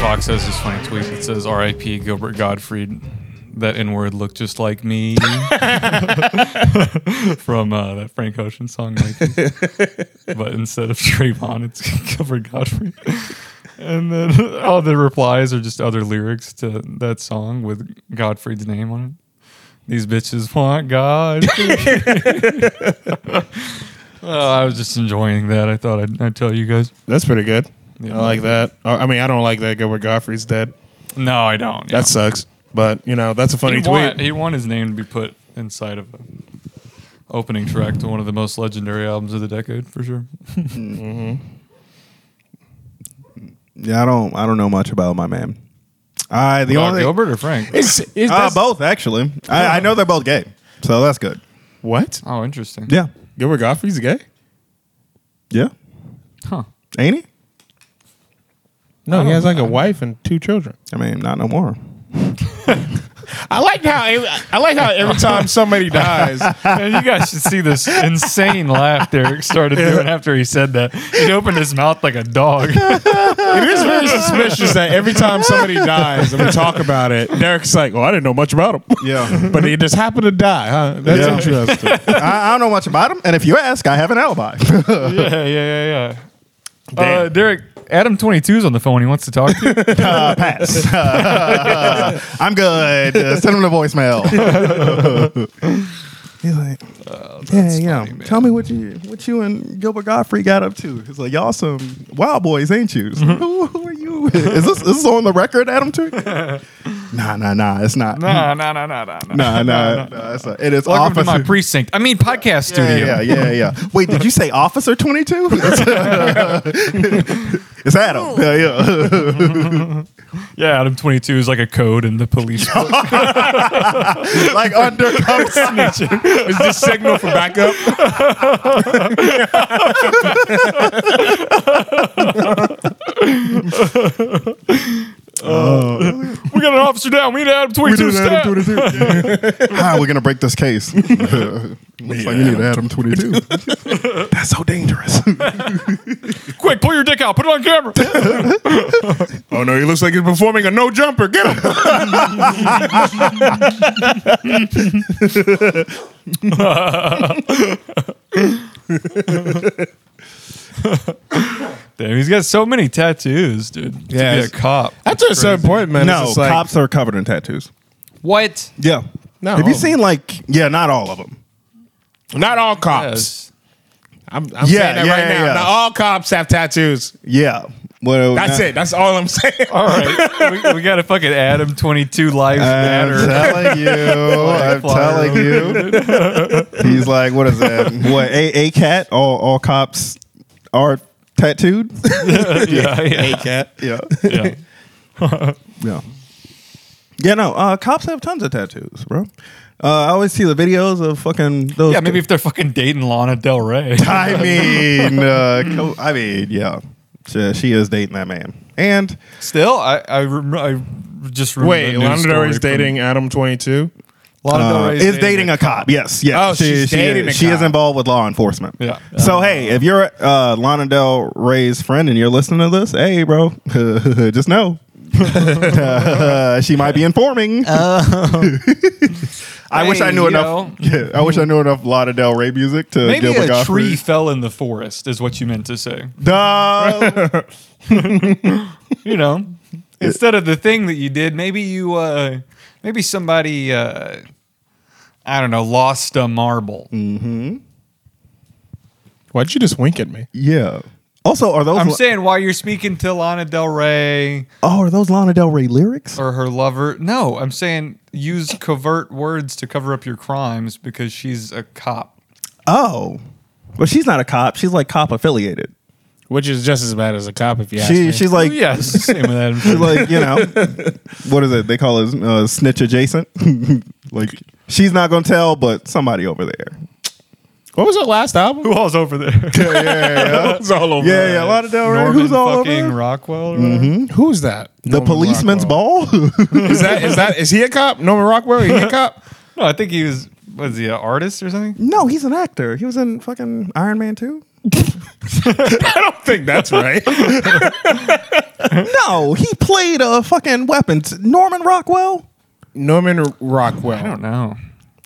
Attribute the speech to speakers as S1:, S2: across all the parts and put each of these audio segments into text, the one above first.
S1: Fox has this funny tweet that says "R.I.P. Gilbert Gottfried." That N word looked just like me from uh, that Frank Ocean song, Mikey. but instead of Trayvon, it's Gilbert Gottfried. And then all the replies are just other lyrics to that song with Gottfried's name on it. These bitches want God. Oh, I was just enjoying that. I thought I'd, I'd tell you guys.
S2: That's pretty good.
S1: Yeah.
S2: I like that. Uh, I mean, I don't like that Gilbert Godfrey's dead.
S1: No, I don't.
S2: That sucks. But you know, that's a funny
S1: he
S2: tweet.
S1: want, he want his name to be put inside of an opening track to one of the most legendary albums of the decade for sure.
S3: Yeah, I don't. I don't know much about my man. I the
S1: About
S3: only
S1: Gilbert or Frank?
S3: It's,
S2: is
S3: uh,
S2: this-
S3: both actually. I, I know they're both gay, so that's good.
S2: What?
S1: Oh, interesting.
S3: Yeah,
S2: Gilbert Godfrey's gay?
S3: yeah.
S1: Huh.
S3: Ain't he?
S2: No, he has like a wife and two children.
S3: I mean, not no more.
S2: I like how every- I like how every time somebody dies,
S1: Man, you guys should see this insane laugh Derek started doing after he said that. He opened his mouth like a dog.
S2: it is very suspicious that every time somebody dies and we talk about it, Derek's like, "Well, I didn't know much about him."
S3: Yeah.
S2: but he just happened to die. Huh? That's
S3: Yeah.
S2: interesting.
S3: I, I don't know much about him, and if you ask, I have an alibi.
S1: yeah, yeah, yeah, yeah. Uh,
S2: Damn.
S1: Derek, Adam 22's on the phone. He wants to talk to you.
S3: uh, pass. Uh, I'm good. Uh, send him the voicemail. He's like,
S1: Oh,
S3: yeah, yeah. Tell me what you what you and Gilbert Godfrey got up to. He's like, y'all some wild boys, ain't you? It's
S1: Mm-hmm.
S3: like, who, who are you? Is this, is this on the record, Adam? Too? nah, nah, nah. It's not. Nah,
S1: nah, nah, nah, nah, nah. nah.
S3: nah, nah. it's not. It is
S1: Welcome
S3: officer.
S1: to my precinct. I mean, podcast studio.
S3: yeah, yeah, yeah, yeah. Wait, did you say Officer Twenty Two? it's Adam. Yeah, yeah.
S1: Yeah, Adam 22 is like a code in the police. book.
S3: like undercover snitching.
S2: Is this signal for backup?
S1: we got an officer down. We need Adam
S3: we
S1: 22
S3: did
S1: stat.
S3: Adam 22. How are we going to break this case? Looks like you need Adam 22. That's so dangerous.
S1: Quick, pull your dick out. Put it on camera.
S2: Oh no, he looks like he's performing a no jumper. Get him!
S1: Damn, he's got so many tattoos, dude.
S2: Yeah,
S1: to be a
S2: it's-
S1: cop.
S2: That's a certain point, man.
S3: no,
S2: it's just like,
S3: cops are covered in tattoos.
S1: What?
S3: Yeah.
S2: No,
S3: Have you
S2: all of
S3: seen, like, yeah, not all of them.
S2: Not all cops.
S1: Yes.
S2: I'm, I'm
S3: Yeah,
S2: saying that
S3: yeah,
S2: right now.
S3: yeah.
S2: Not all cops have tattoos.
S3: Yeah. Well,
S2: That's
S3: nah.
S2: it. That's all I'm saying.
S1: All right, we, we got a fucking Adam 22 lives
S3: I'm
S1: matter.
S3: telling you. I'm
S1: flyer
S3: telling you. He's like, what is that? What, A, a cat? All, all cops are tattooed?
S1: yeah, yeah,
S3: cat. Yeah.
S1: yeah.
S3: Yeah. Yeah, no. Uh, cops have tons of tattoos, bro. Uh, I always see the videos of fucking those.
S1: Yeah, maybe if they're fucking dating Lana Del Rey.
S3: I mean, uh, co- I mean, yeah. She, she is dating that man, and
S1: Still, I I, rem- I just remember
S2: Wait, Lana Del Rey's dating Adam 22.
S1: Lana Del
S3: uh,
S1: Rey's
S3: is dating, a cop. Yes, yes.
S2: Oh, she's
S3: she,
S2: dating
S3: is,
S2: a
S3: She is
S2: cop.
S3: involved with law enforcement.
S1: Yeah.
S3: So hey, if you're uh, Lana Del Rey's friend and you're listening to this, hey, bro, just know she might be informing. I wish I
S1: Hey,
S3: knew
S1: you know.
S3: enough. Yeah, I wish I knew enough Lana Del Rey music to
S1: Maybe
S3: Gilbert
S1: a
S3: Gottfried.
S1: tree fell in the forest is what you meant to say.
S3: Duh.
S1: you know instead of the thing that you did maybe you uh maybe somebody uh i don't know lost a marble
S2: Why'd you just wink at me?
S3: yeah. Also, are those?
S1: i'm saying while you're speaking to lana del rey
S3: oh, are those Lana Del Rey lyrics?
S1: or her lover no i'm saying use covert words to cover up your crimes because she's a cop
S3: Oh, well, she's not a cop. She's like cop affiliated.
S2: Which is just as bad as a cop, if you ask
S3: She
S2: me.
S3: she's like
S1: Oh, yeah it's the same with that I'm sure.
S3: she's like you know what is it? They call it uh, snitch adjacent. like she's not gonna tell, but somebody over there.
S2: what was her last album?
S1: who all's over there
S3: Yeah, yeah,
S2: It's all over.
S3: yeah, yeah. Lana Del Rey.
S1: Norman
S3: who's all over?
S1: fucking
S3: her?
S1: rockwell or whatever?
S2: Who's that?
S3: The policeman's ball.
S2: Is that is that is he a cop? Norman Rockwell? Is he a cop?
S1: no i think he was was he an artist or something
S3: no, he's an actor. He was in fucking Iron Man two.
S2: I don't think that's right.
S3: No, he played a fucking weapons. Norman Rockwell?
S2: Norman
S1: I
S2: Rockwell.
S1: don't know.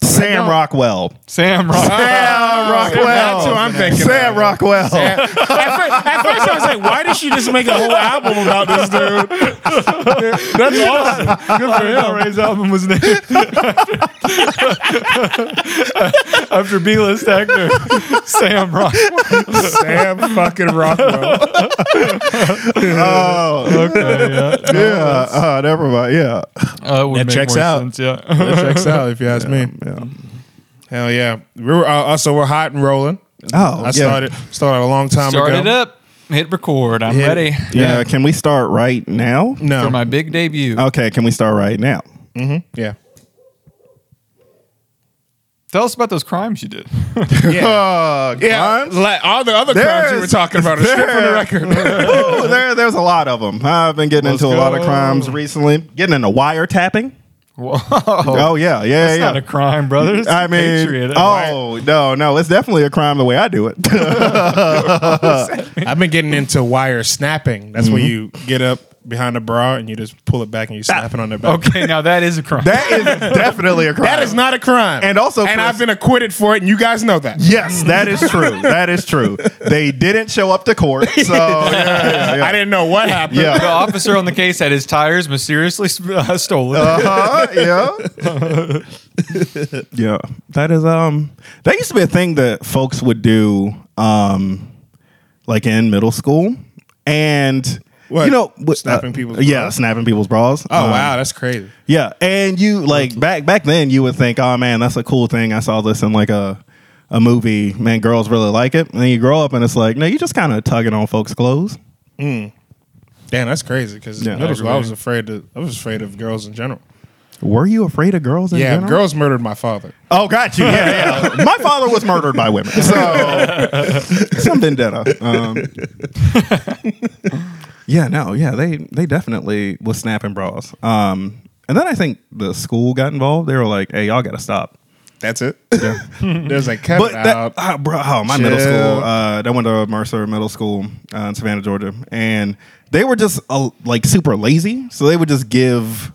S3: Sam Rockwell.
S1: Sam Rock.
S3: Sam Rockwell.
S2: that's who I'm thinking
S3: Sam Rockwell.
S2: at, first, at first, I was like, why did she just make a whole album about this dude? That's awesome.
S1: Good for him. Ray's album was named after B-list actor Sam Rock.
S2: Sam fucking Rockwell.
S3: Oh,
S1: Okay, yeah.
S3: yeah. Uh, never mind. Yeah.
S1: Uh, it would
S2: That
S1: make
S2: checks
S1: more
S2: out.
S1: sense, yeah.
S2: That checks out if you ask me.
S3: yeah.
S2: Hell yeah. We were, uh, also, we're hot and rolling.
S3: Oh,
S2: I
S3: yeah.
S2: started started a long time
S1: Start
S2: ago.
S1: it up. Hit record. I'm ready
S3: Yeah. Can we start right now?
S2: No.
S1: for my big debut.
S2: Oh.
S3: Okay. Can we start right now?
S2: yeah.
S1: Tell us about those crimes you did.
S3: Uh,
S2: Yeah.
S3: crimes?
S2: Like all the other crimes you were
S3: There's-
S2: talking about are stripped from the record.
S3: Ooh, there, there's a lot of them. I've been getting
S1: Let's
S3: into a lot of
S1: go.
S3: crimes recently. Getting into wiretapping.
S1: Whoa.
S3: Oh, yeah, yeah,
S1: It's
S3: yeah.
S1: not a crime, brothers.
S3: I mean,
S1: Patriot.
S3: oh no, no, it's definitely a crime the way I do it.
S2: I've been getting into wire snapping. That's when
S3: Mm-hmm.
S2: you get up behind a bra and you just pull it back and you snap it on their back.
S1: Okay, now that is a crime.
S3: that is definitely a crime.
S2: That is not a crime.
S3: And also,
S2: and
S3: Chris-
S2: I've been acquitted for it, and you guys know that.
S3: Yes, that is true. That is true. They didn't show up to court, so yeah, yeah, yeah.
S2: I didn't know what happened.
S3: Yeah.
S1: the officer on the case had his tires mysteriously uh, stolen.
S3: Uh-huh, yeah. yeah. That is um that used to be a thing that folks would do um like in middle school and
S2: What?
S3: you know wh-
S2: Snapping people's
S3: yeah
S2: bras?
S3: snapping people's bras Um,
S2: Oh wow, that's crazy.
S3: yeah and you like back back then you would think oh man that's a cool thing I saw this in like a a movie man girls really like it and then you grow up and it's like no you just kind of tugging on folks clothes
S2: Damn, that's crazy. Because
S3: Yeah.
S2: middle school, I was afraid. To, I was afraid of girls in general.
S3: were you afraid of girls in
S2: yeah,
S3: general?
S2: girls murdered my father.
S3: Oh, got you. Yeah, yeah. My father was murdered by women, so some vendetta. Um, yeah, no, yeah, they they definitely was snapping bras. Um, and then I think the school got involved. They were like, "Hey, y'all got to stop."
S2: That's it. There's like cut
S3: But
S2: it
S3: that,
S2: out.
S3: ah, bro, oh, my middle
S2: Chill.
S3: school. Uh, I went to Mercer Middle School uh, in Savannah, Georgia, and they were just uh, like super lazy, so they would just give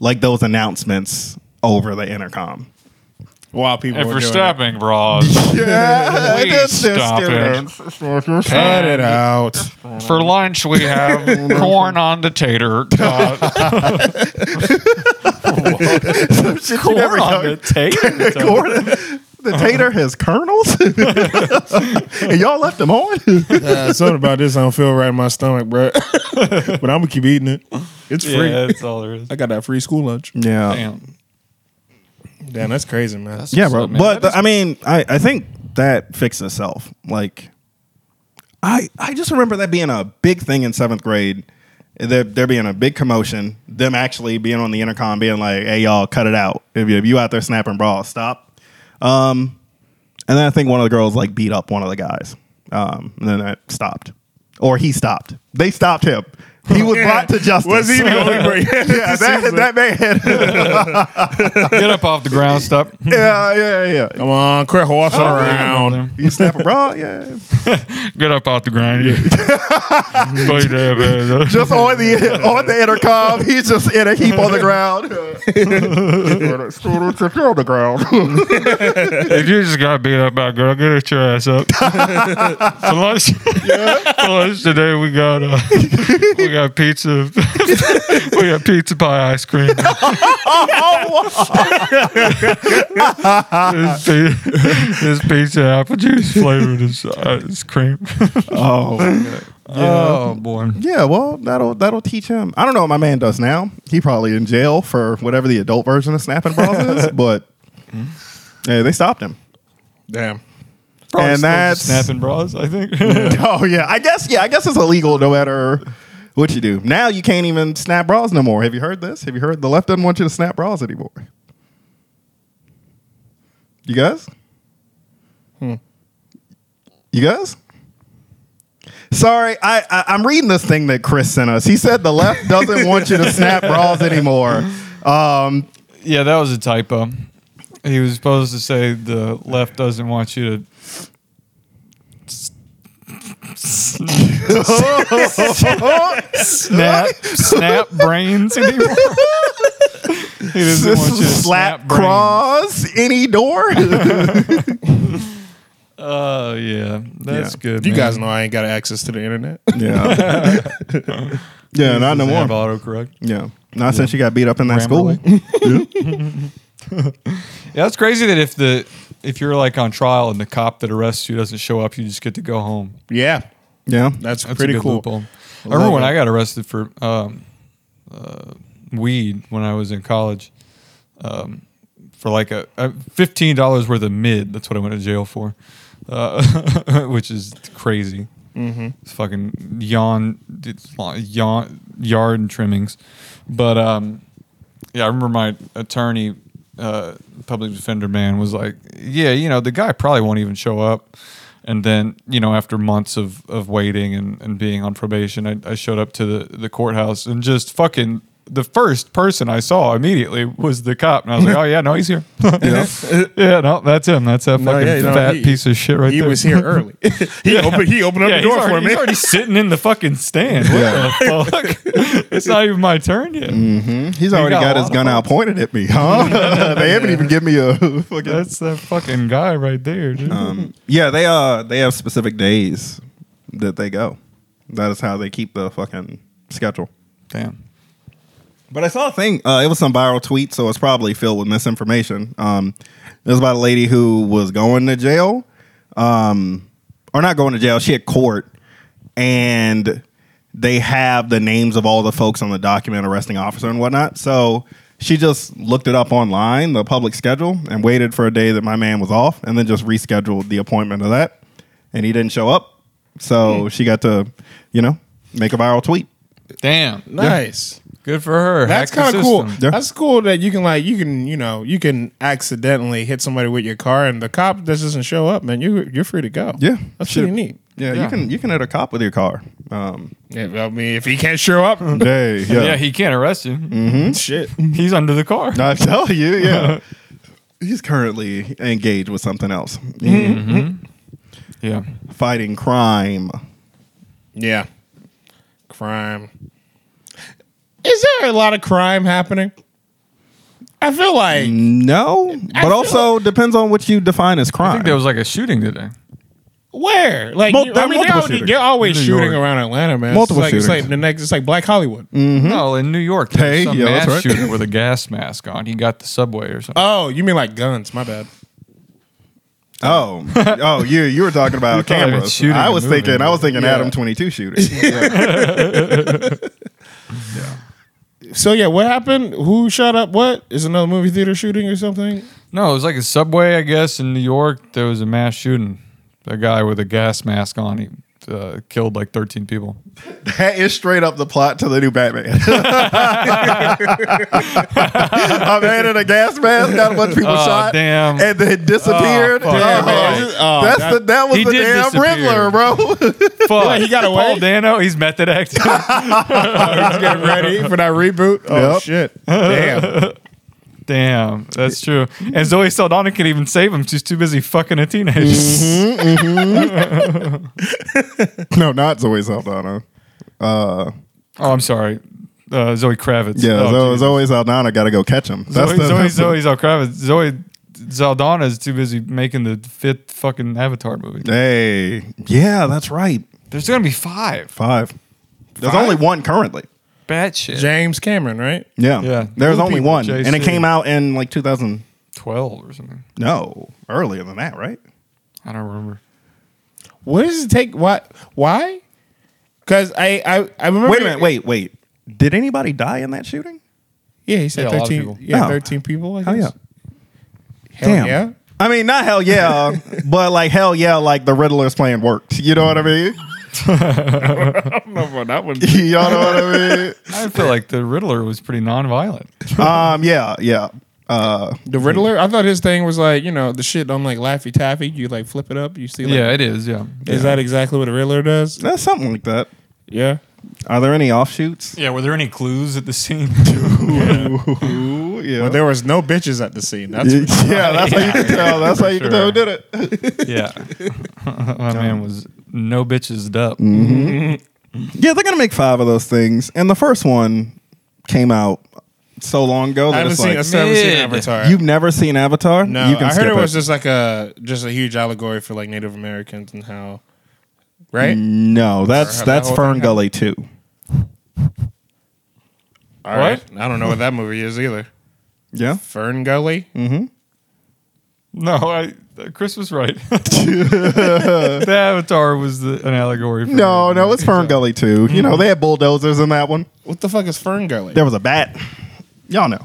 S3: like those announcements over the intercom.
S2: while people
S1: And
S2: were
S1: for
S2: doing
S1: stabbing bras,
S3: Yeah,
S1: Please
S3: that's just
S1: stop it.
S3: students.
S2: it. cut it out.
S1: for lunch we have corn on the tater.
S3: Shit, you never
S1: corn on
S3: know.
S1: the tater.
S3: Gordon, the tater has kernels, and y'all left them on.
S2: Uh, something about this, I don't feel right in my stomach, bro. but I'm gonna keep eating it. It's free.
S1: yeah, that's all there is.
S2: I got that free school lunch.
S3: Yeah,
S1: Damn.
S2: Damn, that's crazy, man.
S1: That's
S3: yeah,
S1: what's
S3: bro.
S1: up, man.
S3: but
S1: That
S3: I mean, I, I think that fixed itself. Like, I I just remember that being a big thing in seventh grade. There, there being a big commotion, them actually being on the intercom, being like, "Hey, y'all, cut it out! If you, if you out there snapping bras, stop." Um, and then I think one of the girls like beat up one of the guys, um, and then that stopped, or he stopped. They stopped him. He was brought to justice.
S2: Was he the only break?
S3: yeah, that, that man.
S1: Get up off the ground, stop.
S3: yeah, yeah, yeah.
S2: Come on, quit horsing
S3: Oh,
S2: around.
S3: You snap a bra, yeah.
S1: Get up off the ground. Play that, man.
S3: Just on the on the intercom, he's just in a heap on the ground. Students, if you're on the ground,
S1: if you just got beat up by a girl, get your ass up. for lunch, for lunch today we got uh, we got pizza, we got pizza pie ice cream. This pi- this pizza apple juice flavored is uh, is cream.
S3: oh
S1: Oh boy.
S3: yeah, well that'll that'll teach him. I don't know what my man does now. He probably in jail for whatever the adult version of snapping bras is, but yeah, they stopped him.
S2: Damn.
S1: Probably
S3: And
S1: still
S3: that's-
S1: just snapping bras, I think.
S3: Oh yeah, I guess yeah, I guess it's illegal no matter what you do. Now you can't even snap bras no more. Have you heard this? Have you heard the left doesn't want you to snap bras anymore? You guys?
S1: Hmm.
S3: You guys? Sorry, I, I I'm reading this thing that Chris sent us. He said the left doesn't want you to snap bras anymore. Um,
S1: yeah, that was a typo. He was supposed to say the left doesn't want you to s- snap, snap brains anymore. he doesn't want you to
S3: Slap,
S1: snap brains.
S3: cross any door.
S1: Oh yeah, that's
S3: Yeah.
S1: good.
S2: You
S1: man.
S2: guys know I ain't got access to the internet.
S3: yeah, yeah, not no
S1: Doesn't
S3: more.
S1: Have autocorrect.
S3: Yeah, not since she got beat up in that school.
S1: Yeah, that's crazy that if the if you're like on trial and the cop that arrests you doesn't show up, you just get to go home.
S2: yeah,
S3: Yeah,
S2: that's,
S1: That's
S2: pretty
S1: a good
S2: cool.
S1: Loophole. I remember when
S3: it.
S1: I got arrested for um, uh, weed when I was in college um, for like a, a fifteen dollars worth of mid. That's what I went to jail for, uh, which is crazy. Mm-hmm. It's fucking yawn, it's long- yawn, yard and trimmings. But um, yeah, I remember my attorney, uh, public defender man, was like, "Yeah, you know, the guy probably won't even show up." And then, you know, after months of, of waiting and, and being on probation, I, I showed up to the, the courthouse and just fucking the first person I saw immediately was the cop. And I was like, oh, yeah, no, he's here. yeah. no, that's him. That's that fucking
S2: yeah, no,
S1: fat
S2: he-
S1: piece of shit right
S2: he
S1: there.
S2: was here early. he opened. He opened up
S1: Yeah,
S2: the
S1: he's
S2: door for
S1: already,
S2: me.
S1: he's already sitting in the fucking stand. What the fuck? it's not even my turn yet.
S3: He's already
S1: got a
S3: got,
S1: lot
S3: his
S1: of
S3: gun out pointed at me, huh? they haven't even given me a fucking.
S1: That's that fucking guy right there, dude.
S3: Um, yeah, they uh they have specific days that they go. That is how they keep the fucking schedule.
S1: Damn.
S3: But I saw a thing. Uh, it was some viral tweet, so it's probably filled with misinformation. Um, it was about a lady who was going to jail, um, or not going to jail. She had court, and they have the names of all the folks on the document, arresting officer and whatnot. So she just looked it up online, the public schedule, and waited for a day that my man was off, and then just rescheduled the appointment of that, and he didn't show up. So she got to, you know, make a viral tweet.
S1: Damn.
S2: Nice.
S1: Good for her.
S2: That's
S1: Hack
S2: kind
S1: the
S2: of cool.
S1: system.
S3: Yeah.
S2: That's cool that you can like you can you know you can accidentally hit somebody with your car and the cop just doesn't show up, man. You you're free to go.
S3: Yeah,
S2: that's
S3: shit.
S2: pretty neat.
S3: Yeah,
S1: Yeah.
S3: you can you can hit a cop with your car. Um,
S2: Yeah, I mean, if he can't show up,
S3: hey, yeah, Mm-hmm.
S1: Yeah, he can't arrest you.
S2: shit.
S1: He's under the car.
S3: I tell you, yeah. He's currently engaged with something else,
S1: Mm-hmm. Yeah.
S3: fighting crime.
S2: Yeah, crime. Is there a lot of crime happening? I feel like
S3: Mm. No, but
S2: feel
S3: also depends on what you define as crime.
S1: I think there was like a shooting today.
S2: Where? Like,
S3: Mul-
S2: you-
S3: there
S2: I
S3: are
S2: mean, they're,
S3: multiple
S2: already-
S3: shooters.
S2: they're always
S1: New
S2: shooting
S1: York.
S2: around Atlanta, man.
S3: Multiple
S2: it's like, It's
S3: shootings. Mm.
S2: like the next. It's like Black Hollywood.
S1: No, in New York, there was
S3: Mm-hmm. Hey,
S1: some
S3: yeah,
S1: mass
S3: that's right.
S1: shooter with a gas mask on. He got the subway or something.
S2: Oh, you mean like guns? My bad.
S3: oh, oh, you you were talking about
S1: thought I was
S3: cameras.
S1: shooting
S3: I
S1: a
S3: was
S1: movie.
S3: thinking, I was thinking
S2: Yeah.
S3: Adam twenty two shooting.
S2: So yeah, what happened? Who shot up? What is another movie theater shooting or something?
S1: No, it was like a subway, I guess, in New York. There was a mass shooting. A guy with a gas mask on, he uh, killed like 13 people.
S3: That is straight up the plot to the new Batman. A man in a gas mask got a bunch of people
S1: Oh,
S3: shot,
S1: damn.
S3: and then disappeared.
S1: Oh, fuck.
S3: Yeah,
S1: Damn,
S3: man.
S2: man. Oh,
S3: that's
S2: that-
S3: the that was
S1: He
S3: the
S1: did
S3: damn
S1: disappear.
S3: Riddler, bro.
S1: Fuck.
S2: he got away?
S1: Paul Dano, he's method acting.
S2: He's getting ready for that reboot. Oh
S3: Yep.
S2: shit! Damn.
S1: Damn, that's true. And Zoe Saldana can even save him. She's too busy fucking a teenager.
S3: Mm-hmm. no, not Zoe Saldana. Uh,
S1: Oh, I'm sorry. Uh, Zoe Kravitz.
S3: yeah,
S1: oh,
S3: Zo-
S1: Jesus.
S3: Zoe Saldana got to go catch him. That's
S1: Zoe,
S3: the,
S1: Zoe,
S3: that's the-
S1: Zoe, Zoe Kravitz. Zoe Zaldana is too busy making the fifth fucking Avatar movie.
S3: Hey, yeah, that's right.
S1: There's gonna be five.
S3: Five. There's
S1: Five?
S3: only one currently.
S1: Bad shit.
S2: James Cameron, right?
S3: Yeah,
S1: Yeah.
S3: There's
S1: Two
S3: only
S1: people,
S3: one, and
S1: JC.
S3: it came out in like 2000.
S1: Twelve or something.
S3: No, earlier than that, right?
S1: I don't remember.
S2: What does it take? What? Why? Because I, I I remember.
S3: Wait a minute, wait, wait. Did anybody die in that shooting?
S2: Yeah, he said
S1: Yeah, a lot of
S2: thirteen.
S1: people.
S2: Yeah,
S3: Oh.
S2: thirteen people. I
S3: Hell
S2: guess. Hell
S3: Damn.
S2: yeah.
S3: I mean, not hell yeah, but like hell yeah, like the Riddler's plan worked. You know what I mean?
S2: No, bro, that would.
S3: you know what I
S1: I feel like the Riddler was pretty nonviolent.
S3: mean? Um, yeah, yeah. Uh,
S2: The Riddler. I thought his thing was like you know the shit on like Laffy Taffy. You like flip it up. You see. Like,
S1: yeah, it is. Yeah.
S2: Is that exactly what a Riddler does?
S3: that's something like that.
S2: Yeah.
S3: Are there any offshoots?
S1: Yeah. Were there any clues at the scene?
S3: Ooh, yeah.
S2: But there was no bitches at the scene. That's
S3: yeah, that's how you can tell. That's how you can tell who did it.
S1: yeah. My man was no bitches up.
S3: Yeah, they're gonna make five of those things, and the first one came out so long ago
S2: I
S3: that
S2: haven't
S3: it's
S2: seen. I
S3: like
S2: still haven't seen
S4: mid.
S2: Avatar.
S3: you've never seen Avatar.
S2: no,
S3: you can
S2: I heard
S3: skip
S2: it was just like a just a huge allegory for like Native Americans and how, right?
S3: Mm. No, that's
S2: Or how that
S3: that's
S2: whole
S3: Fern
S2: thing
S3: Gully too.
S2: All right. I don't know what that movie is either.
S3: Yeah,
S2: Fern Gully.
S3: Mm.
S1: No, I, uh, Chris was right. the Avatar was the, an allegory. For
S3: no, no, it's Fern Gully too. You
S2: Hmm.
S3: know they had bulldozers in that one.
S2: What the fuck is Fern Gully?
S3: There was a bat. Y'all know.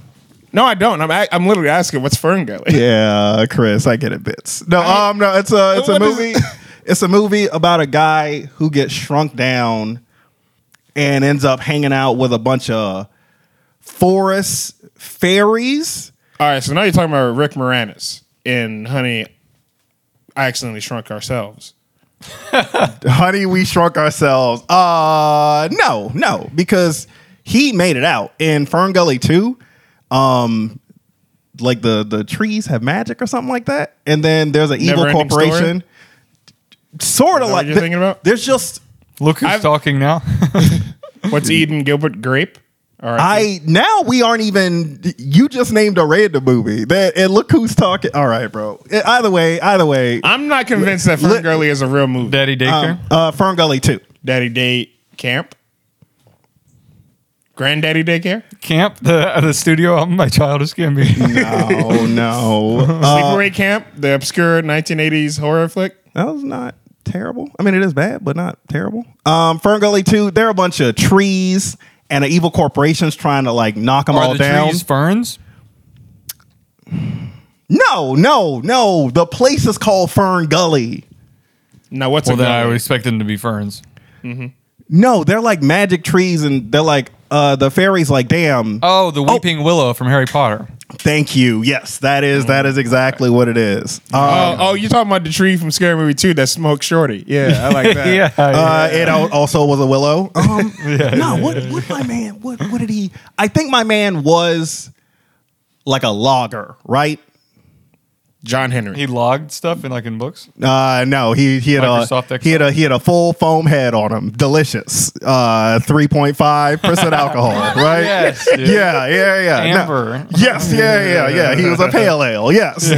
S2: No, I don't. I'm ac- I'm literally asking what's Fern Gully.
S3: Yeah, Chris, I get it. Bits. No, um, no, it's a it's a
S2: What is
S3: movie.
S2: it?
S3: it's a movie about a guy who gets shrunk down and ends up hanging out with a bunch of forest fairies.
S2: All right, so now you're talking about Rick Moranis in Honey. I accidentally shrunk ourselves.
S3: Honey, we shrunk ourselves. Uh, no, no, because he made it out in Fern Gully too. Um, like the the trees have magic or something like that, and then there's an evil
S2: Never-ending story?
S3: corporation. Sort of
S2: that what
S3: like
S2: you're thinking about?
S3: There's just
S1: Look who's
S2: I've-
S1: talking now.
S2: What's Eden Gilbert Grape? All right.
S3: I now we aren't even. You just named a random movie that, and look who's talking. All right, bro. Eh, Either way, either way,
S2: I'm not convinced that Fern
S3: Let-
S2: Gully is a real movie.
S1: Daddy Daycare.
S3: um, uh, Fern Gully too.
S2: Daddy Day Camp, Granddaddy Daycare,
S1: Camp, the uh, the studio album by Childish Gambino.
S3: No, Oh, no, Uh,
S2: Sleepaway Camp, the obscure 1980s horror flick.
S3: that was not terrible. I mean, it is bad, but not terrible. Um, Fern Gully too. There are a bunch of trees and an evil corporation's trying to like knock them all
S1: Are the
S3: down.
S1: trees ferns?
S3: No, no, no. The place is called Fern Gully.
S2: Now what's
S1: Well,
S2: a
S1: then I
S2: gully?
S1: would expect them to be ferns.
S3: No, they're like magic trees, and they're like uh, the fairies. Like, damn.
S1: Oh, the Weeping Willow from Harry Potter.
S3: Thank you. Yes, that is that is exactly what it is. Uh,
S2: Mm. Oh, oh, you're talking about the tree from Scary Movie 2 that smoked Shorty. Yeah, I like that.
S3: uh, it al- also was a willow. Um, no, what what my man? What what did he? I think my man was like a logger, right?
S2: John Henry.
S1: he logged stuff in like in books.
S3: Uh, no, he he had
S1: Microsoft
S3: a he had a he had a full foam head on him. Delicious. Uh, three point five percent alcohol, right?
S1: Yes, dude.
S3: Yeah, yeah, yeah. No.
S1: Amber.
S3: Yes, yeah, yeah, yeah. He was a pale ale. Yes.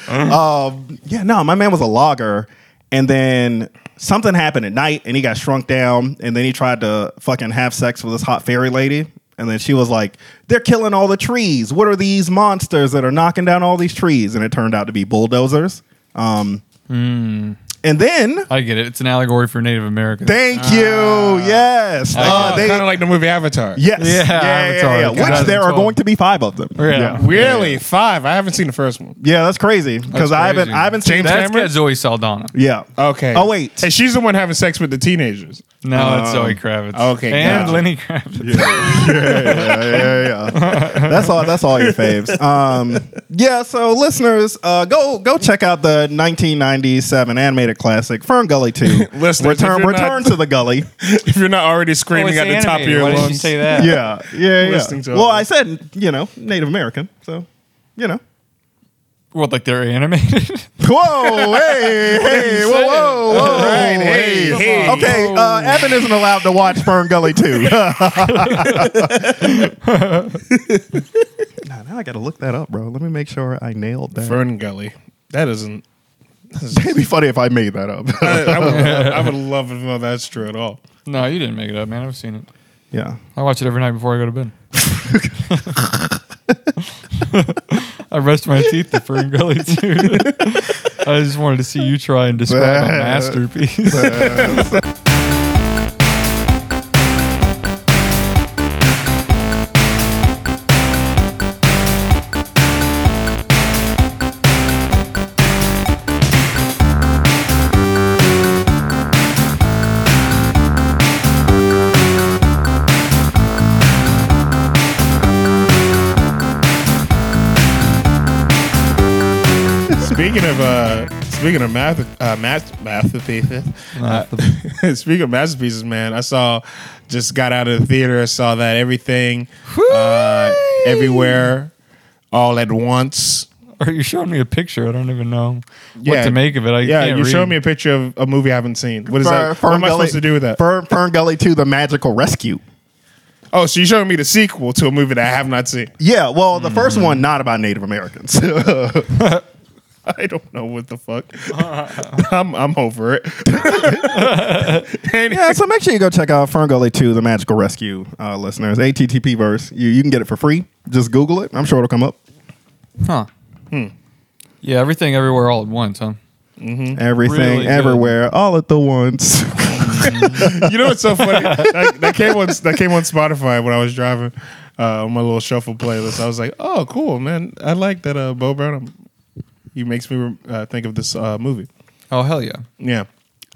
S3: Uh, um, yeah, no, my man was a logger. And then something happened at night and he got shrunk down. And then he tried to fucking have sex with this hot fairy lady. And then she was like, they're killing all the trees. What are these monsters that are knocking down all these trees? And it turned out to be bulldozers. Um,
S1: Hmm.
S3: And then,
S1: I get it. It's an allegory for Native Americans.
S3: thank
S1: Ah.
S3: you. Yes. Uh,
S2: oh,
S3: they,
S2: kind of like the movie Avatar.
S3: yes. Yeah, yeah,
S1: Avatar,
S3: yeah, yeah. Which there are
S1: 2012.
S3: going to be five of them.
S1: yeah.
S2: Really? Five? I haven't seen the first one.
S3: Yeah, that's crazy because I haven't
S1: crazy.
S3: I haven't seen
S2: James
S3: that.
S1: That's
S2: Cameron?
S1: got Zoe Saldana.
S3: Yeah.
S2: Okay.
S3: Oh wait.
S2: And she's the one having sex with the teenagers.
S1: No, it's Zoe Kravitz.
S2: Uh, okay,
S1: and
S2: gotcha.
S1: Lenny Kravitz.
S3: yeah, yeah, yeah. That's all. That's all your faves. Um, yeah. So listeners, uh, go go check out the 1997 animated classic Fern Gully 2.
S2: Listeners, if
S3: return
S2: you're
S3: return
S2: not-
S3: to the gully.
S2: If you're not already
S1: Oh,
S2: screaming
S1: it's
S2: at the top of
S1: animated.
S2: your
S1: Why did
S2: lungs.
S1: you say that?
S3: Yeah, yeah, yeah.
S2: Listening to all
S3: Well,
S2: that.
S3: I said you know Native American, so you know.
S1: Well, like they're animated.
S3: Whoa! Hey! Hey! Whoa! Whoa! Whoa!
S2: Right, hey, hey.
S3: Okay, uh, Evan isn't allowed to watch Fern Gully 2. nah, now I gotta look that up, bro. Let me make sure I nailed that.
S2: Fern Gully. That isn't.
S3: It'd be funny if I made that up.
S2: I, I would, I would love to know that's true at all.
S1: No, you didn't make it up, man. I've seen it.
S3: yeah.
S1: I watch it every night before I go to bed. I brushed my teeth to Fern Gully too. I just wanted to see you try and describe a masterpiece.
S2: Speaking of uh, speaking of math, uh, math masterpieces. Uh, speaking of masterpieces, man, I saw just got out of the theater. Saw that everything, uh, everywhere, all at once.
S1: Or you showed me a picture. I don't even know what
S2: Yeah.
S1: to make of it. I
S2: Yeah,
S1: can't
S2: you
S1: read.
S2: showed me a picture of a movie I haven't seen. What is that? What am I supposed to do with that?
S3: Fern, Fern Gully 2, The Magical Rescue.
S2: Oh, so you showed me the sequel to a movie that I have not seen.
S3: Yeah, well, the first one, not about Native Americans.
S2: I don't know what the fuck. I'm I'm over it.
S3: yeah, so make sure you go check out Fern Gully 2, The Magical Rescue, uh, listeners. ATTP verse. You, you can get it for free. Just Google it. I'm sure it'll come up.
S1: Huh.
S2: Hmm.
S1: Yeah, everything everywhere all at once, huh?
S3: Everything,
S1: Really good.
S3: everywhere, all at the once.
S2: You know what's so funny? that, that came on that came on Spotify when I was driving uh, on my little shuffle playlist. I was like, oh, cool, man. I like that uh, Bo Burnham. He makes me uh, think of this uh, movie.
S1: Oh hell yeah!
S2: Yeah.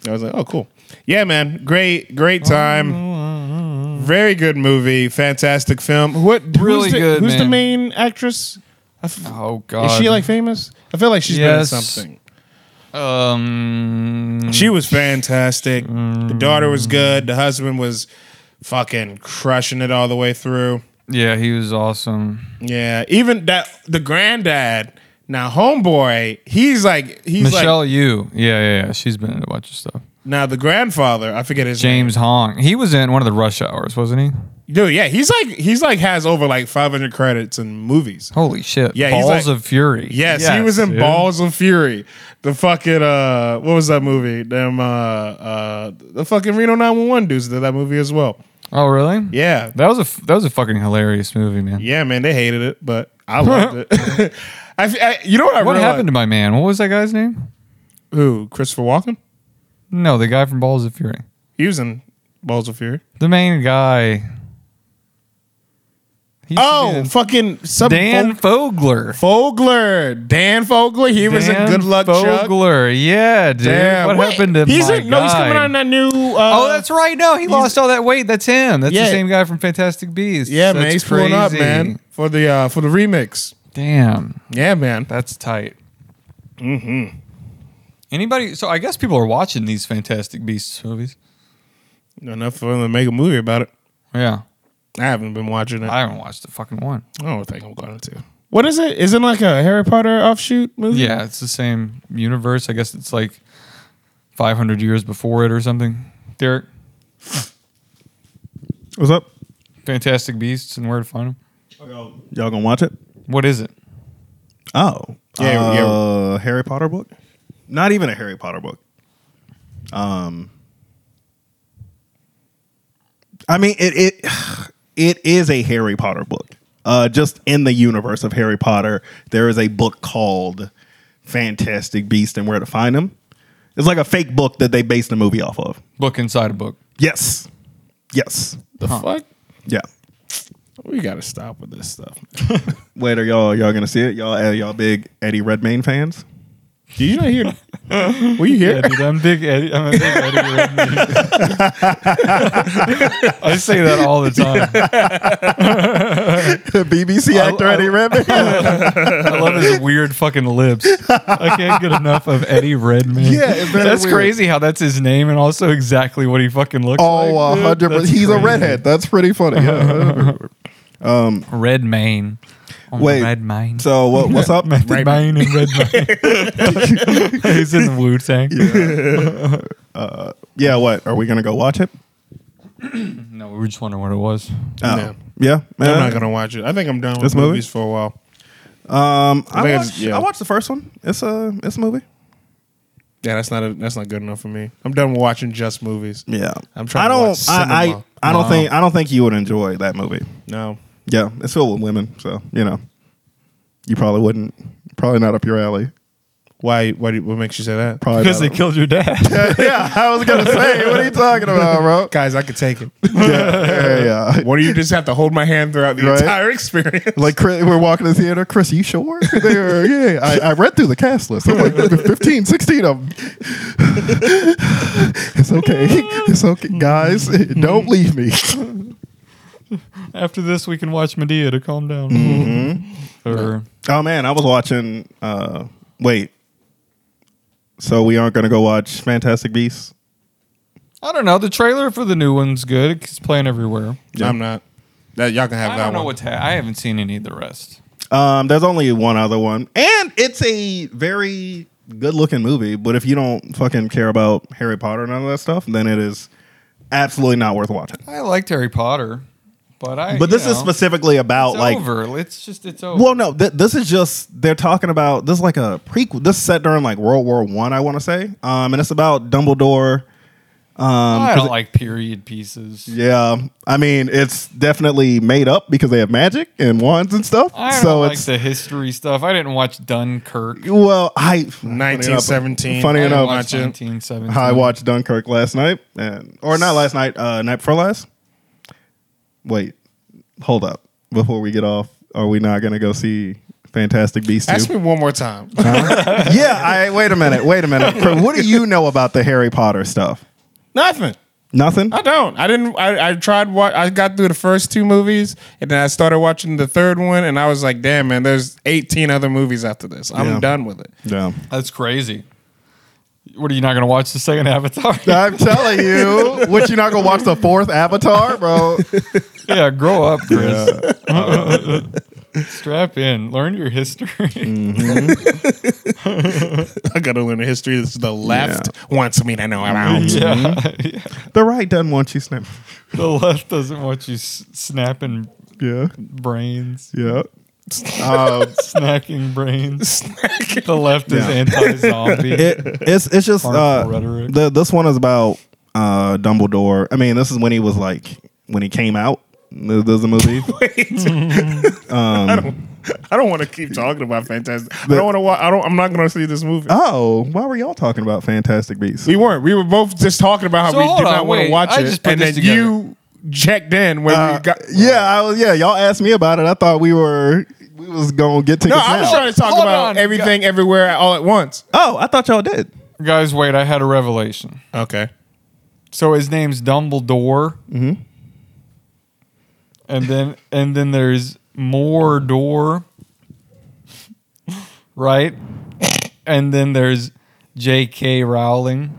S2: I was like, oh, cool. Yeah, man. Great, great
S1: Oh,
S2: time. Very good movie. Fantastic film. What? who's
S1: Really
S2: the-
S1: good,
S2: Who's the
S1: man.
S2: main actress? I f-
S1: Oh god.
S2: Is she like famous? I feel like she's
S1: Yes.
S2: been in something.
S1: Um.
S2: She was fantastic. The daughter was
S1: Mm.
S2: good. The husband was fucking crushing it all the way through.
S1: Yeah, he was awesome.
S2: Yeah, even that the granddad. Now, homeboy, he's like he's
S1: Michelle
S2: like
S1: Yu. Yeah, yeah, yeah. She's been in a bunch of stuff.
S2: now the grandfather. I forget his
S1: James Hong. He was in one of the Rush Hours, wasn't he?
S2: name. Dude, yeah, he's like he's like has over like 500 credits in movies.
S1: Holy shit!
S2: Yeah, he's
S1: Balls
S2: like-
S1: of Fury.
S2: Yes, he was in
S1: dude.
S2: Balls of Fury. The fucking uh what was that movie? Them uh uh the fucking Reno 911 dudes did that movie as well.
S1: Oh really?
S2: Yeah.
S1: That was a f- that was a fucking hilarious movie, man.
S2: Yeah, man, they hated it, but I loved it. I, I- you know what I
S1: What
S2: realized?
S1: happened to my man? What was that guy's name?
S2: Who? Christopher Walken?
S1: No, the guy from Balls of Fury.
S2: He was in Balls of Fury.
S1: The main guy. He used to be
S2: Oh,
S1: in-
S2: fucking some
S1: Dan
S2: Fog-
S1: Fogler.
S2: Fogler, Dan Fogler. He was in
S1: Dan
S2: Good Luck Chuck.
S1: Fogler. Yeah, dude.
S2: Damn,
S1: What
S2: wait,
S1: happened to
S2: he's
S1: my
S2: in, No, he's coming
S1: guy?
S2: out in that new. Uh,
S1: Oh, that's right. No, he lost all that weight. That's him. That's
S2: Yeah.
S1: the same guy from Fantastic Beasts.
S2: yeah,
S1: that's
S2: man. He's pulling up, man, for the uh, for the remix.
S1: Damn,
S2: Yeah, man.
S1: that's tight. Mm-hmm. Anybody? So I guess people are watching these Fantastic Beasts movies.
S2: Enough for them to make a movie about it.
S1: Yeah,
S2: I haven't been watching it. I,
S1: I haven't watched the fucking one.
S2: don't think I'm going to. What is it? Is it like a Harry Potter offshoot movie?
S1: Yeah, it's the same universe. I guess it's like 500 years before it or something. Derek,
S3: What's up?
S1: Fantastic Beasts and where to find them.
S3: Y'all gonna watch it?
S1: What is it?
S3: Oh,
S2: Yeah,
S3: uh, Harry Potter book? Not even a Harry Potter book. Um, I mean it it it is a Harry Potter book. Uh, just in the universe of Harry Potter, there is a book called Fantastic Beast and Where to Find Him. It's like a fake book that they based the movie off of.
S1: Book inside a book.
S3: Yes, yes,
S2: The fuck?
S3: yeah.
S2: We gotta stop with this stuff.
S3: Wait, are y'all y'all gonna see it? Y'all are y'all big Eddie Redmayne fans?
S2: Did you not hear? Were you here?
S1: Yeah, dude, I'm big Eddie. I'm a big Eddie. Redmayne. I say that all the time.
S3: BBC actor
S1: I-
S3: Eddie Redmayne.
S1: I love his weird fucking lips. I can't get enough of Eddie Redmayne.
S3: Yeah, it's very
S1: that's
S3: weird.
S1: crazy how that's his name and also exactly what he fucking looks
S3: Oh,
S1: like.
S3: a
S1: dude.
S3: hundred
S1: That's
S3: percent. He's a
S1: crazy.
S3: redhead. That's pretty funny. Yeah.
S1: Redmayne. Oh,
S3: Wait.
S1: Redmayne.
S3: so what, what's up?
S1: Method Mine and Red Mine. He's in the Wu Tang.
S3: Yeah. What are we gonna go watch it?
S1: No, we were just wondering what it was.
S3: Oh.
S2: No.
S3: Yeah.
S2: I'm not gonna watch it. I think I'm done with
S3: This movie?
S2: movies for a while.
S3: Um, I,
S2: I think
S3: watched,
S2: it's- yeah.
S3: I watched the first one. It's a it's a movie.
S2: Yeah, that's not a, that's not good enough for me. I'm done watching just movies.
S3: Yeah.
S2: I'm trying
S3: I
S2: to
S3: don't.
S2: watch
S3: I,
S2: cinema.
S3: I I don't
S1: Wow.
S3: think I don't think you would enjoy that movie.
S2: No,
S3: Yeah, it's filled with women, so you know, you probably wouldn't. Probably not up your alley.
S2: why? Why? Do, what makes you say that?
S3: Probably
S1: Because
S3: not
S1: they
S3: up-
S1: killed your dad.
S3: yeah, I was gonna say. What are you talking about, bro?
S2: Guys, I could take it.
S3: Yeah, yeah. yeah.
S2: what do you just have to hold my hand throughout the
S3: Right?
S2: entire experience?
S3: Like Chris, we're walking in the theater. Chris, you sure? They were, yeah, I, I read through the cast list. I'm like, there's been 15, 16 of them. it's okay. It's okay. Guys, don't leave me.
S1: After this, we can watch Medea to calm down. Or
S3: Oh, man. I was watching. Uh, wait. So we aren't going to go watch Fantastic Beasts?
S1: I don't know. The trailer for the new one's good. It's playing everywhere.
S2: I'm not. That y'all can have
S1: I
S2: that
S1: don't know
S2: one.
S1: what's. Ha- I haven't seen any of the rest.
S3: Um, there's only one other one, and it's a very good-looking movie. But if you don't fucking care about Harry Potter and all that stuff, then it is absolutely not worth watching.
S1: I liked Harry Potter, but I.
S3: But
S1: you
S3: this is
S1: know,
S3: specifically about
S1: It's
S3: like
S1: over. It's just it's over.
S3: Well, no, th- this is just they're talking about this is like a prequel. This is set during like World War One, I, want to say, um, and it's about Dumbledore.
S1: I don't like period pieces.
S3: um, Yeah, I mean, it's definitely made up because they have magic and wands and stuff.
S1: I don't
S3: so
S1: like
S3: it's
S1: the history stuff. I didn't watch Dunkirk.
S3: well, I funny enough-
S2: 1917.
S3: Funny
S1: I didn't
S3: enough,
S1: watch
S2: watch it.
S1: 1917.
S3: I watched Dunkirk last night, and or not last night, uh, night before last. Wait, hold up. Before we get off, are we not going to go see Fantastic Beasts? 2?
S2: Ask me one more time.
S3: yeah, I wait a minute, wait a minute. Craig, What do you know about the Harry Potter stuff?
S2: Nothing.
S3: Nothing?
S2: I don't. I didn't. I, I tried. Wa- I got through the first two movies, and then I started watching the third one, and I was like, "Damn, man! There's 18 other movies after this. I'm
S3: Yeah.
S2: done with it."
S3: No.
S1: That's crazy. What are you not going to watch the second Avatar?
S3: I'm telling you, what you not gonna watch the fourth Avatar, bro?
S1: yeah, grow up, Chris. Uh, strap in. Learn your history.
S3: Mm-hmm.
S2: I gotta learn the history. This is the left wants me to know about.
S1: yeah, yeah.
S3: The right doesn't want you snap.
S1: The left doesn't want you s- snapping
S3: Yeah,
S1: brains,
S3: yeah. Um,
S1: snacking brains. the left is
S3: Yeah.
S1: anti-zombie.
S3: it, it's it's just uh,
S1: Harmful rhetoric.
S3: the, this one is about uh, Dumbledore. I mean, this is when he was like when he came out. There's there's a movie.
S2: I don't want to keep talking about Fantastic. I don't want to. Wa- I don't. I'm not gonna see this movie.
S3: oh, why were y'all talking about Fantastic Beasts?
S2: Uh, we weren't. We were both just talking about how
S1: So
S2: we
S1: hold
S2: did
S1: on,
S2: not want to
S1: wait.
S2: watch
S1: I
S2: it,
S1: just put
S2: and then
S1: this
S2: you checked in when
S3: Uh,
S2: we got.
S3: yeah, I was. Yeah, y'all asked me about it. I thought we were we was gonna get
S2: No,
S3: tickets.
S2: I was
S3: now.
S2: trying to talk
S1: Hold
S2: about
S1: on.
S2: everything, everywhere, all at once.
S3: Oh, I thought y'all did.
S1: Guys, wait! I had a revelation.
S2: Okay.
S1: So his name's Dumbledore, and then and then there's Mordor, right? And then there's J.K. Rowling,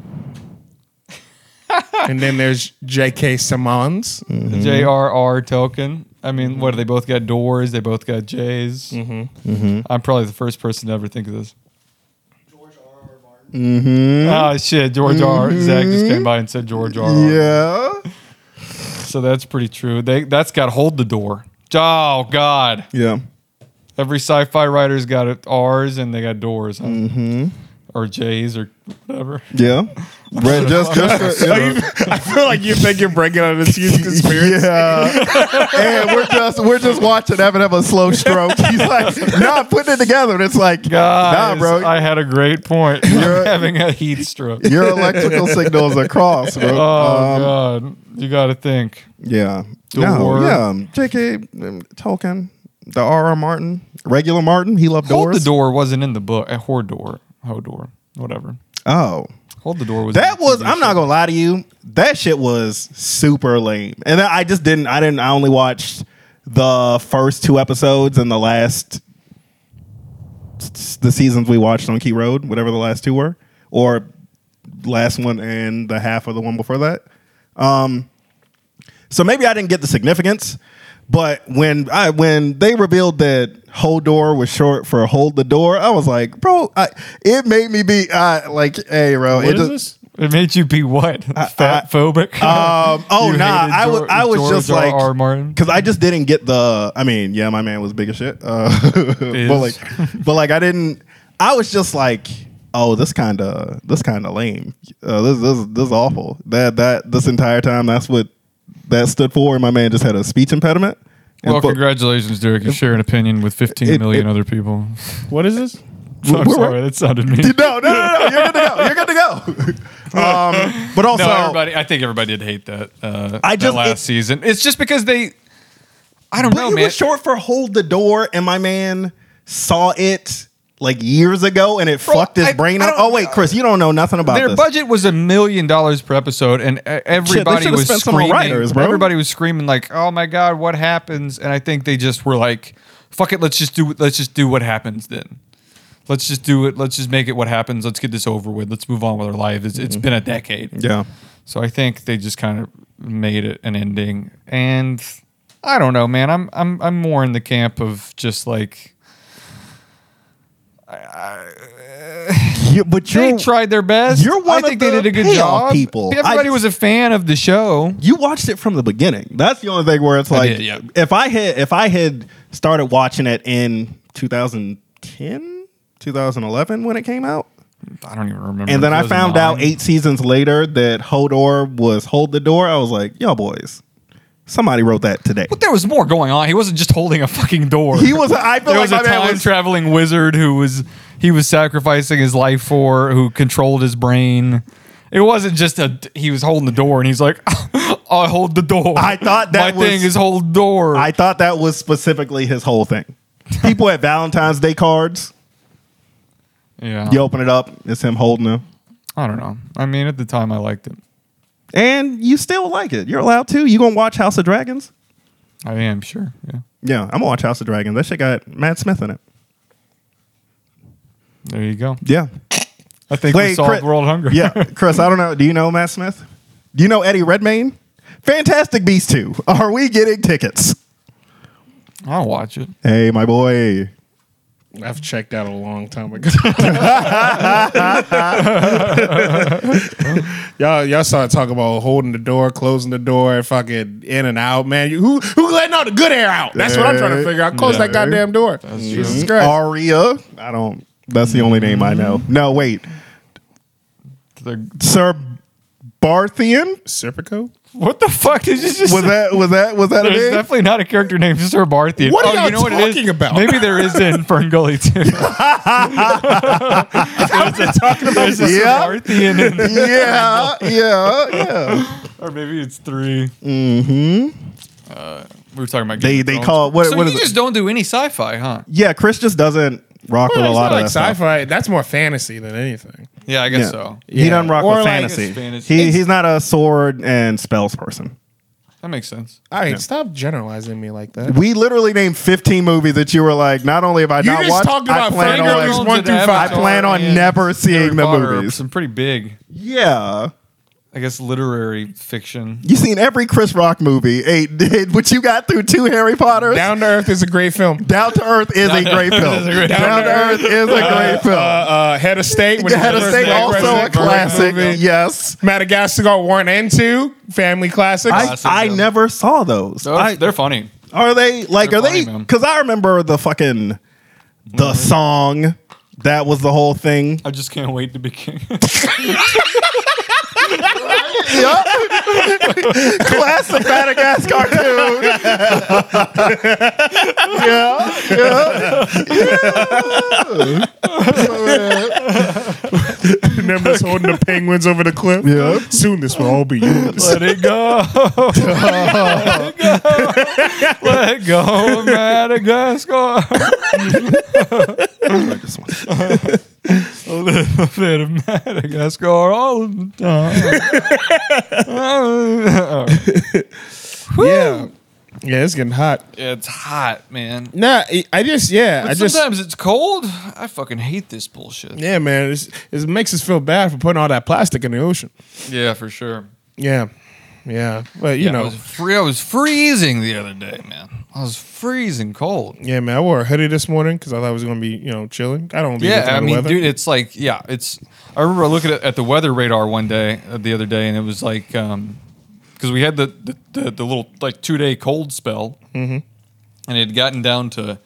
S2: and then there's J.K. Simmons.
S1: J.R.R. Tolkien. I mean, what do they both got? Doors. They both got J's. I'm probably the first person to ever think of this. George R. R. Martin. Oh shit! George R. Zach just came by and said George R. R.
S3: Yeah.
S1: So that's pretty true. They that's got hold the door. Oh God!
S3: Yeah.
S1: Every sci-fi writer's got it- R's and they got doors, huh?
S3: Mm-hmm.
S1: or J's or whatever.
S3: Yeah. Brett, just, just for, yeah.
S2: I feel like you think you're breaking out this huge conspiracy.
S3: Yeah. and we're just we're just watching Evan have a slow stroke. He's like, nah, putting it together. And it's like,
S1: Guys,
S3: nah, bro.
S1: I had a great point. I'm
S3: You're-
S1: having a heat stroke.
S3: your electrical signals are crossed, bro.
S1: Oh
S3: Um,
S1: God! You got to think.
S3: yeah.
S1: Door.
S3: No, yeah. J.K. um, Tolkien, the R.R. Martin, regular Martin, he loved
S1: Hold
S3: doors.
S1: the door wasn't in the book. Uh, Hordor, Hodor, whatever.
S3: Oh.
S1: Hold the door was in
S3: That
S1: the
S3: was
S1: TV
S3: I'm not gonna lie to you. That shit was super lame, and then I just didn't. I didn't. I only watched the first two episodes and the last the seasons we watched on Key Road, whatever the last two were, or last one and the half of the one before that. Um, so maybe I didn't get the significance, but when I when they revealed that hold door was short for hold the door, I was like, bro, I, it made me be uh, like, hey, bro,
S2: What
S3: it
S2: is
S3: just-
S2: this?
S1: show. It made you be what? Fat phobic.
S3: um, oh
S1: You
S3: nah,
S1: hated
S3: I was
S1: George-
S3: I was
S1: George
S3: just
S1: R.
S3: like
S1: R. Martin?
S3: because I just didn't get the. I mean, yeah, my man was big as shit, uh,
S1: Is.
S3: but like, but like I didn't. I was just like, oh, this kind of this kind of lame. Uh, this this this is awful. That that this entire time that's what that stood for, and my man just had a speech impediment. And
S1: well,
S3: fu-
S1: congratulations, Derek. You share an opinion with 15
S3: it-
S1: million
S3: it-
S1: other people.
S2: What is this?
S1: I'm
S3: we're-
S1: sorry, that sounded mean.
S3: no, no, no, no, you're good to go. You're good to go. um, but also,
S1: No, everybody. I think everybody did hate that. Uh,
S3: I
S1: that
S3: just-
S1: last
S3: it-
S1: season. It's just because they. I don't
S3: But
S1: know,
S3: it
S1: man.
S3: was short for hold the door, and my man saw it like years ago, and it
S1: Bro,
S3: fucked his
S1: I-
S3: brain
S1: I
S3: up.
S1: don't-
S3: Oh wait, Chris, you don't know nothing about
S1: Their
S3: this.
S1: budget was a million dollars per episode, and uh, everybody
S3: should've
S1: was
S3: spent some on
S1: screaming.
S3: writers, bro.
S1: Everybody was screaming like, "Oh my god, what happens?" And I think they just were like, "Fuck it, let's just do let's just do what happens then. Let's just do it. Let's just make it what happens. Let's get this over with. Let's move on with our life. It's, it's been a decade.
S3: Mm-hmm. Yeah,
S1: So I think they just kind of made it an ending, and I don't know, man. I'm I'm I'm more in the camp of just like
S3: You- but
S1: they
S3: you're,
S1: tried their best.
S3: you're one
S1: I think
S3: of
S1: they
S3: the
S1: did a good
S3: payoff
S1: job.
S3: people.
S1: Everybody
S3: I-
S1: was a fan of the show.
S3: you watched it from the beginning. That's the only thing where it's like,
S1: did, yeah.
S3: if I had if I had started watching it in 2010, 2011 when it came out,
S1: I don't even remember.
S3: and then
S1: It
S3: I
S1: was
S3: found
S1: nine.
S3: out eight seasons later that Hodor was hold the door, I was like, y'all boys, somebody wrote that today.
S1: But there was more going on. He wasn't just holding a fucking door.
S3: He was. I feel
S1: there
S3: like
S1: was
S3: my
S1: a
S3: man
S1: time
S3: was.
S1: traveling wizard who was he was sacrificing his life for who controlled his brain. It wasn't just a he was holding the door and he's like, I hold the door.
S3: I thought that
S1: my
S3: was-
S1: thing is hold door.
S3: I thought that was specifically his whole thing. People at Valentine's Day cards,
S1: yeah,
S3: you open it up, it's him holding them.
S1: I don't know. I mean, at the time, I liked it.
S3: and you still like it. You're allowed to. You gonna watch House of Dragons?
S1: I am sure. Yeah,
S3: Yeah, I'm gonna watch House of Dragons. That shit got Matt Smith in it.
S1: there you go.
S3: Yeah,
S1: I think we
S3: Wait,
S1: solved
S3: Chris-
S1: world hunger.
S3: yeah. Chris, I don't know. Do you know Matt Smith? Do you know Eddie Redmayne? Fantastic Beast Two. Are we getting tickets?
S1: I'll watch it.
S3: Hey, my boy.
S2: I've checked out a long time ago. y'all, y'all started talking about holding the door, closing the door, fucking in and out, man. You, who who letting all the good air out? That's what I'm trying to figure out. Close that goddamn door. Jesus Christ.
S3: Aria. I don't. That's the only name I know. No, wait.
S1: The-
S3: Sir Barthian.
S2: Serpico?
S1: what the fuck did you just?
S3: Was that? Was that? Was that a
S1: There's
S3: name?
S1: definitely not a character named Sir Barthian.
S2: What are
S1: Oh,
S2: y'all
S1: you know what it
S2: talking
S1: is?
S2: about?
S1: Maybe there is in Ferngully too. talking about There's a Sir
S3: Yeah.
S1: Barthian, in-
S3: Yeah, yeah, yeah.
S1: or maybe it's 3 Mm-hmm. Uh, we were talking about
S3: They-
S1: Game of
S3: they
S1: Thrones.
S3: call it- what-
S1: so
S3: what
S1: you
S3: is it?
S1: just don't do any sci-fi, huh?
S3: Yeah, Chris just doesn't rock
S2: Well,
S3: with a
S2: it's
S3: lot
S2: not
S3: of
S2: like
S3: that stuff.
S2: sci-fi. That's more fantasy than anything.
S1: Yeah, I guess
S3: Yeah.
S1: so.
S3: He doesn't rock
S2: Or
S3: with
S2: like-
S3: fantasy.
S1: fantasy.
S3: He,
S1: It's-
S3: he's not a sword and spells person.
S1: That makes sense.
S2: All right, stop generalizing me like that.
S3: We literally named 15 movies that you were like, not only have I
S2: You
S3: not
S2: just
S3: watched,
S2: talked
S3: I
S2: about
S3: plan
S2: Finger
S3: on,
S2: Girls one through
S3: I
S2: five.
S3: plan on
S1: and
S3: never seeing
S1: Harry
S3: the
S1: Potter are
S3: movies.
S1: Some pretty big,
S3: Yeah.
S1: I guess, literary fiction.
S3: You've seen every Chris Rock movie. Hey, did what you got through two Harry Potters. Down,
S2: Down to Earth is a great film.
S3: to Earth is a great film.
S1: a great
S3: Down to Earth is a great
S2: Uh,
S3: film.
S2: uh, Head of State. when he
S3: Head
S2: was
S3: of
S2: first
S3: State,
S2: black
S3: also a
S2: president. Great
S3: classic.
S2: movie.
S3: Yes.
S2: Madagascar one and two, family classics.
S3: I,
S1: Classic,
S3: I
S1: yeah.
S3: never saw those.
S1: Those-
S3: I-
S1: they're funny.
S3: Are they like?
S1: They're
S3: are they?
S1: funny, man. Mm-hmm.
S3: Because I remember the fucking the song that was the whole thing.
S1: I just can't wait to be king.
S3: Classic Madagascar too. yeah,
S2: remember us holding the penguins over the cliff.
S3: Yeah.
S2: Soon this will all be yours.
S1: Let it go. Let it go. Let go, Madagascar. I live a bit of Madagascar all of the time. All right.
S2: yeah, yeah, it's getting hot.
S1: It's hot, man.
S2: Nah, I- I just yeah, I just
S1: Sometimes it's cold. I fucking hate this bullshit.
S2: yeah, man. It's, it makes us feel bad for putting all that plastic in the ocean.
S1: Yeah, for sure.
S2: Yeah, yeah. Well, you
S1: Yeah, I
S2: know,
S1: was free. I was freezing the other day, man. I was freezing cold.
S2: yeah, man. I wore a hoodie this morning because I thought it was gonna be you know chilling. I don't. Be
S1: Yeah,
S2: looking at
S1: I
S2: the
S1: mean,
S2: weather.
S1: dude, it's like, yeah, it's. I remember looking at, at the weather radar one day, uh, the other day, and it was like, um, because we had the the, the the little like two day cold spell,
S2: Mm-hmm.
S1: and it had gotten down to,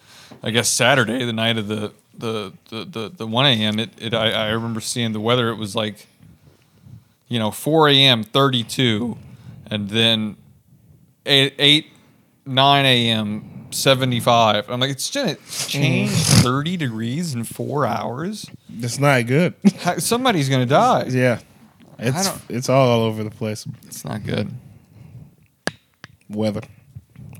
S1: I guess Saturday, the night of the the the the, the one a.m. It, it I, I remember seeing the weather. It was like, you know, four a.m. thirty two, and then eight eight nine a.m. 75. I'm like, it's
S2: Mm.
S1: just changed 30 degrees in four hours.
S2: it's not good.
S1: How- Somebody's gonna die.
S2: yeah, it's
S1: don't-
S2: it's all over the place.
S1: It's not good.
S2: Weather.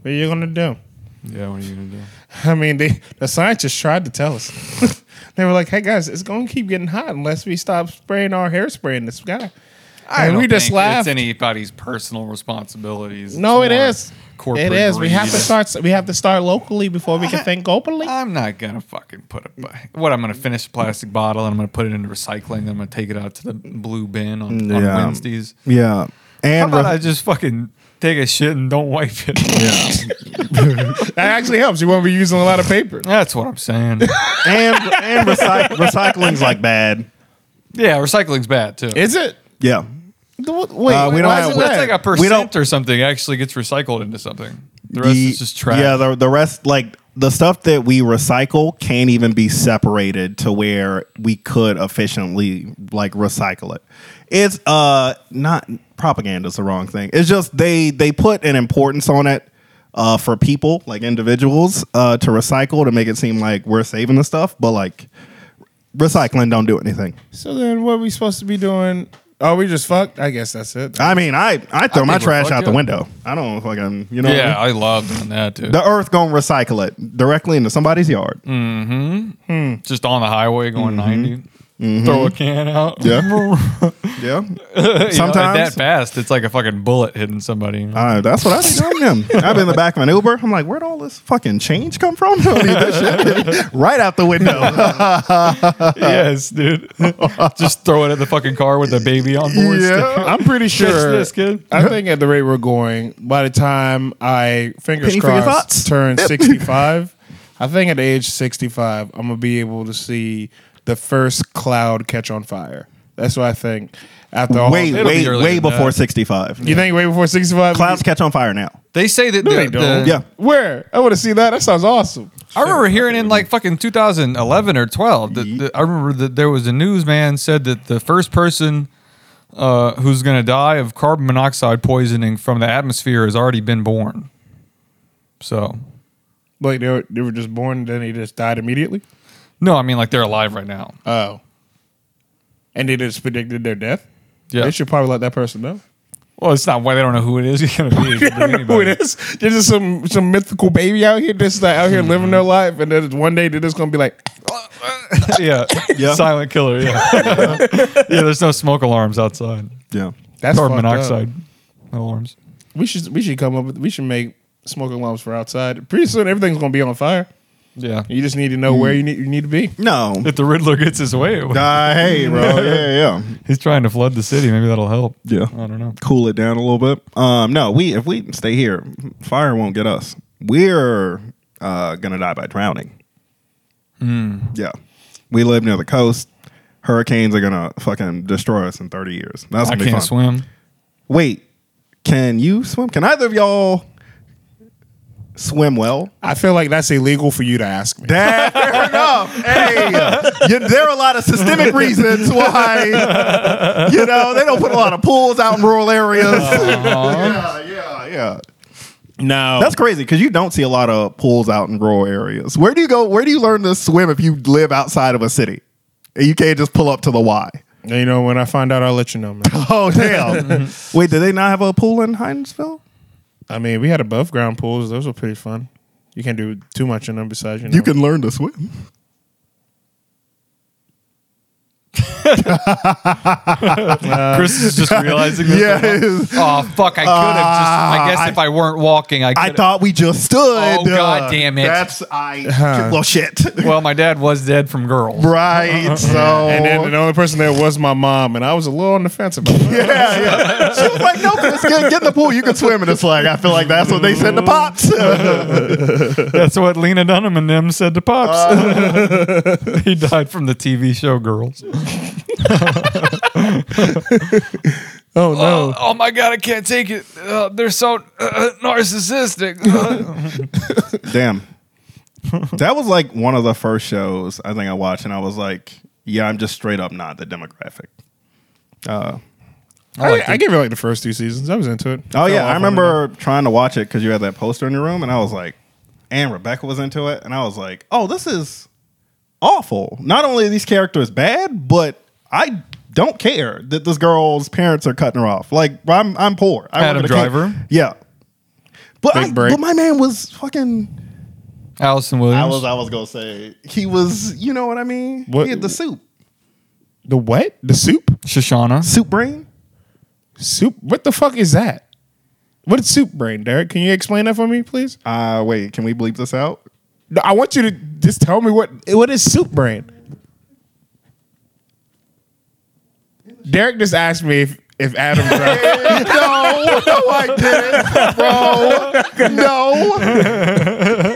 S2: What are you gonna do?
S1: Yeah, what are you gonna do?
S2: I mean, they the scientists tried to tell us. they were like, "Hey guys, it's going to keep getting hot unless we stop spraying our hairspray in the sky."
S1: I
S2: And
S1: don't
S2: we just
S1: think
S2: laughed.
S1: It's anybody's personal responsibilities.
S2: no,
S1: It's
S2: it
S1: more
S2: is.
S1: Corporate.
S2: it is. We have to
S1: greed.
S2: start. We have to start locally before we can think globally.
S1: I'm not gonna fucking put a. What I'm gonna finish a plastic bottle and I'm gonna put it into recycling. And I'm gonna take it out to the blue bin on, on
S3: Yeah.
S1: Wednesdays. How
S3: and
S1: about
S3: re-
S1: I just fucking take a shit and don't wipe it.
S2: That actually helps. You won't be using a lot of paper.
S1: That's what I'm saying.
S3: and and recy- recycling's like bad.
S1: Yeah, recycling's bad too.
S2: Is it?
S3: Yeah.
S2: The- Wait,
S3: Uh, we
S2: we
S3: don't
S2: don't
S3: have-
S2: it
S1: That's
S2: bad?
S1: like a
S3: We don't-
S1: percent or something actually gets recycled into something. The rest
S3: Ye-
S1: is just trash.
S3: Yeah, the, the rest, like the stuff that we recycle, can't even be separated to where we could efficiently like recycle it. It's uh not propaganda is the wrong thing. It's just they they put an importance on it uh, for people like individuals uh, to recycle to make it seem like we're saving the stuff, but like recycling don't do anything.
S2: so then, what are we supposed to be doing? Are we just fucked? I guess that's it.
S3: I mean, I I throw my
S1: think we're
S3: trash
S1: fucked
S3: out the
S1: up.
S3: window. I don't fucking you know. what I mean?
S1: yeah, I love doing that too.
S3: The earth gonna recycle it directly into somebody's yard.
S1: Mm. just on the highway going 90, throw a can out.
S3: Mm-hmm. Yeah.
S1: You
S3: Yeah.
S1: know, at that
S3: Sometimes
S1: fast, it's like a fucking bullet hitting somebody. you know?
S3: uh, that's what I think I'm them. I've been in the back of an Uber. I'm like, where'd all this fucking change come from? Don't need this shit. right out the window.
S1: yes, dude. just throw it at the fucking car with the baby on board. still.
S2: I'm pretty sure.
S1: this, kid.
S2: I think at the rate we're going, by the time I fingers
S3: Penny for your thoughts.
S2: crossed turn 65, I think at age 65, I'm gonna be able to see the first cloud catch on fire. That's what I think. After all,
S3: way,
S1: It'll be
S3: way,
S1: earlier
S3: way
S1: than that.
S3: before 65.
S2: you think way before 65?
S3: Clouds catch on fire now.
S1: They say that
S2: No, they
S1: the-
S2: don't.
S1: the-
S3: Yeah.
S2: Where? I want to see that. That sounds awesome.
S1: I remember hearing in like fucking 2011 or 12 that
S2: Mm-hmm.
S1: that- I remember that there was a newsman said that the first person uh, who's going to die of carbon monoxide poisoning from the atmosphere has already been born. So,
S2: Like they were, they were just born, then they just died immediately.
S1: no, I mean like they're alive right now.
S2: Oh, and they just predicted their death.
S1: Yeah.
S2: they should probably let that person know.
S1: Well, it's not why they don't know who it is. It's gonna be- it could
S2: I don't
S1: be
S2: know who
S1: anybody.
S2: it is. There's just some some mythical baby out here that's like out here
S3: Hmm.
S2: living their life, and then one day they're just gonna be like,
S1: yeah.
S3: Yeah.
S1: silent killer. Yeah, yeah. There's no smoke alarms outside.
S3: Yeah.
S2: "That's
S1: carbon
S2: fucked up.
S1: monoxide alarms.
S2: We should we should come up with we should make smoke alarms for outside. Pretty soon everything's gonna be on fire.
S1: Yeah,
S2: You just need to know
S3: Hmm.
S2: where you need you need to be.
S3: No.
S1: if the Riddler gets his way, it-
S3: Uh, hey, bro. Yeah, yeah.
S1: he's trying to flood the city. Maybe that'll help.
S3: Yeah.
S1: I don't know.
S3: Cool it down a little bit. Um, no, we if we stay here, fire won't get us. We're uh, gonna die by drowning.
S1: Hmm.
S3: Yeah. We live near the coast. Hurricanes are gonna fucking destroy us in 30 years. That's
S1: I
S3: gonna be
S1: can't
S3: fun.
S1: swim.
S3: Wait, can you swim? Can either of y'all swim well?
S2: I feel like that's illegal for you to ask me.
S3: Dad, fair enough. Hey, you- there are a lot of systemic reasons why, you know, they don't put a lot of pools out in rural areas. yeah, yeah, yeah.
S2: No,
S3: That's crazy because you don't see a lot of pools out in rural areas. Where do you go? Where do you learn to swim if you live outside of a city? And you can't just pull up to the Y.
S2: you know when I find out, I'll let you know, man.
S3: Oh, damn. Wait, did they not have a pool in Hinesville?
S2: I mean, we had above ground pools; those were pretty fun. You can't do too much in them besides you. Know,
S3: You can learn to swim.
S1: Chris is just realizing this.
S3: Yeah, it is.
S1: Oh fuck! I could have just. I guess if I weren't walking, I. Could
S3: I thought we just stood.
S1: Oh,
S3: Uh,
S1: God damn it.
S3: That's I. Well, shit.
S1: Well, my dad was dead from girls.
S3: right. So.
S2: and then the only person there was my mom, and I was a little on the fence about it.
S3: yeah, yeah. She was like, "No, Chris, get, get in the pool. You can swim." And it's like, I feel like that's what they said to pops.
S1: That's what Lena Dunham and them said to pops.
S3: Uh.
S1: he died from the TV show Girls.
S2: Oh no!
S1: Oh my god, I can't take it. Uh, they're so uh, narcissistic.
S3: Damn. That was like one of the first shows I think I watched, and I was like, "Yeah, I'm just straight up not the demographic."
S2: I, I, give it like the first two seasons. I was into it.
S3: Oh
S2: Fell
S3: yeah,
S2: off
S3: I
S2: on
S3: remember trying to watch it because you had that poster in your room, and I was like, and Rebecca was into it, and I was like, oh, this is awful. Not only are these characters bad, but I don't care that this girl's parents are cutting her off. Like I'm, I'm poor. I
S1: Adam
S3: work at a can-
S1: Driver?
S3: Yeah, but
S2: Big
S3: I,
S2: break.
S3: but my man was fucking.
S1: Allison Williams.
S3: I was, I was gonna say he was. You know what I mean?
S2: What-
S3: He had the soup,
S2: The what? The soup?
S1: Shoshana.
S3: soup brain.
S2: Soup? What the fuck is that? What is soup brain, Derek? Can you explain that for me, please?
S3: Uh, wait, can we bleep this out?
S2: No, I want you to just tell me what what is soup brain. Derek just asked me if if Adam Driver,
S5: no, no, I didn't, bro. No.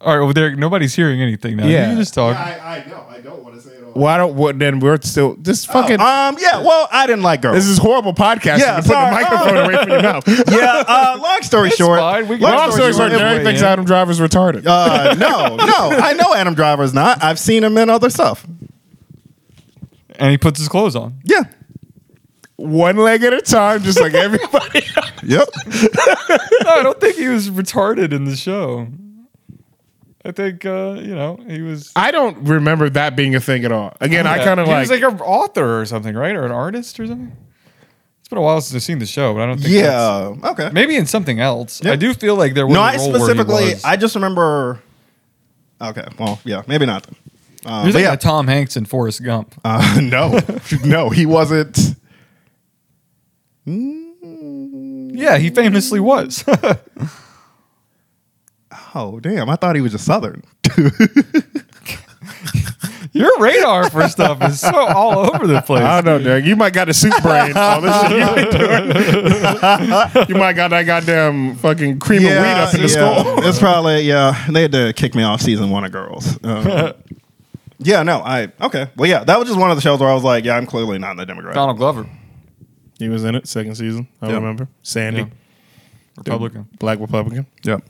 S1: All right, well, Derek, nobody's hearing anything now.
S2: Yeah.
S1: You can just talk.
S5: I, I know. I don't want to say it all.
S2: why don't what then we're still this fucking
S3: Um, yeah, well, I didn't like girls.
S2: this is horrible podcasting. Yeah,
S3: Yeah,
S2: put the
S3: sorry.
S2: microphone away from your mouth.
S3: yeah, uh, long story short.
S1: fine. We can-
S2: Long story
S1: short,
S2: short, Derek
S1: yeah.
S2: thinks Adam Driver's retarded.
S3: Uh, no, no, I know Adam Driver's not. I've seen him in other stuff.
S1: And he puts his clothes on.
S3: Yeah.
S2: One leg at a time, just like everybody.
S3: Yep.
S1: No, I don't think he was retarded in the show. I think, uh, you know, he was.
S2: I don't remember that being a thing at all. Again, I
S1: Yeah.
S2: kind of
S1: He
S2: like,
S1: was like an author or something, right? Or an artist or something? It's been a while since I've seen the show, but I don't think. that's-
S3: Yeah. Okay.
S1: Maybe in something else. I do feel like there was
S3: No,
S1: a
S3: I
S1: role where he
S3: specifically,
S1: was.
S3: I just remember. Okay. Well, yeah, maybe not. then. Um,
S1: There's
S3: but
S1: like
S3: yeah,
S1: a Tom Hanks and Forrest Gump.
S3: Uh, no, no, he wasn't.
S1: yeah, he famously was.
S3: Oh damn! I thought he was just Southern.
S1: Your radar for stuff is so all over the place.
S2: I don't know, Derek. You might got a soup brain. All this shit you, been doing. you might got that goddamn fucking cream of wheat up in the
S3: yeah.
S2: skull.
S3: it's probably yeah. They had to kick me off season one of Girls. Um, yeah, no, I okay. Well, yeah, that was just one of the shows where I was like, yeah, I'm clearly not in the demographic.
S1: Donald Glover,
S2: He was in it second season. I
S3: Yeah.
S2: remember Sandy,
S1: Yeah. Republican.
S2: Black Republican.
S3: Yep.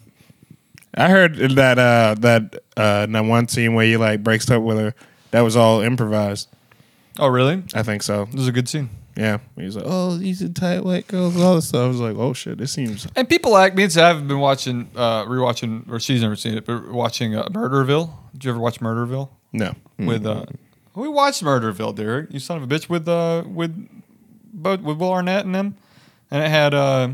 S2: I heard that uh, that uh, that one scene where he like breaks up with her. That was all improvised.
S1: Oh, really?
S2: I think so.
S1: This is a good scene.
S2: Yeah, he was like, "Oh, these are tight white girls, all this stuff." I was like, "Oh shit, this seems."
S1: And people like me, so I haven't been watching, uh, rewatching, or she's never seen it, but watching uh, Murderville. Did you ever watch Murderville?
S2: No,
S1: With uh, we watched Murderville, Derek. You son of a bitch. With uh, with both with Will Arnett and them, and it had uh,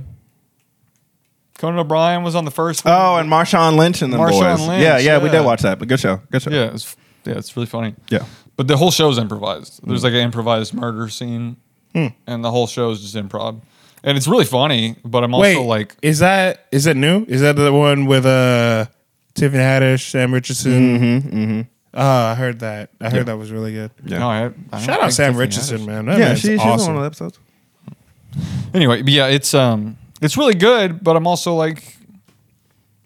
S1: Conan O'Brien was on the first. one.
S3: Oh, and Marshawn Lynch and the
S1: Marshawn
S3: boys.
S1: Lynch,
S3: yeah, yeah, we
S1: yeah.
S3: did watch that. But good show. Good
S2: Oh,
S3: show.
S1: yeah, it's yeah, it's really funny.
S3: Yeah.
S1: But the whole show's improvised.
S2: Mm.
S1: There's like an improvised murder scene,
S2: Hmm.
S1: and the whole show's just improv. And it's really funny, but I'm also
S2: wait,
S1: like,
S2: like, is that is that new? Is that the one with uh Tiffany Haddish, Sam Richardson? Mm-hmm. mm-hmm. Uh, I heard that. I heard that was really good.
S3: Yeah.
S1: no, I, I don't
S2: Shout
S1: think
S2: out Sam
S1: Tiffany
S2: Richardson,
S1: Haddish-
S2: man. That
S3: Yeah,
S2: man's
S3: she- she's on
S2: awesome.
S3: one of the
S5: episodes.
S1: Anyway, but yeah, it's um, it's really good, but I'm also like,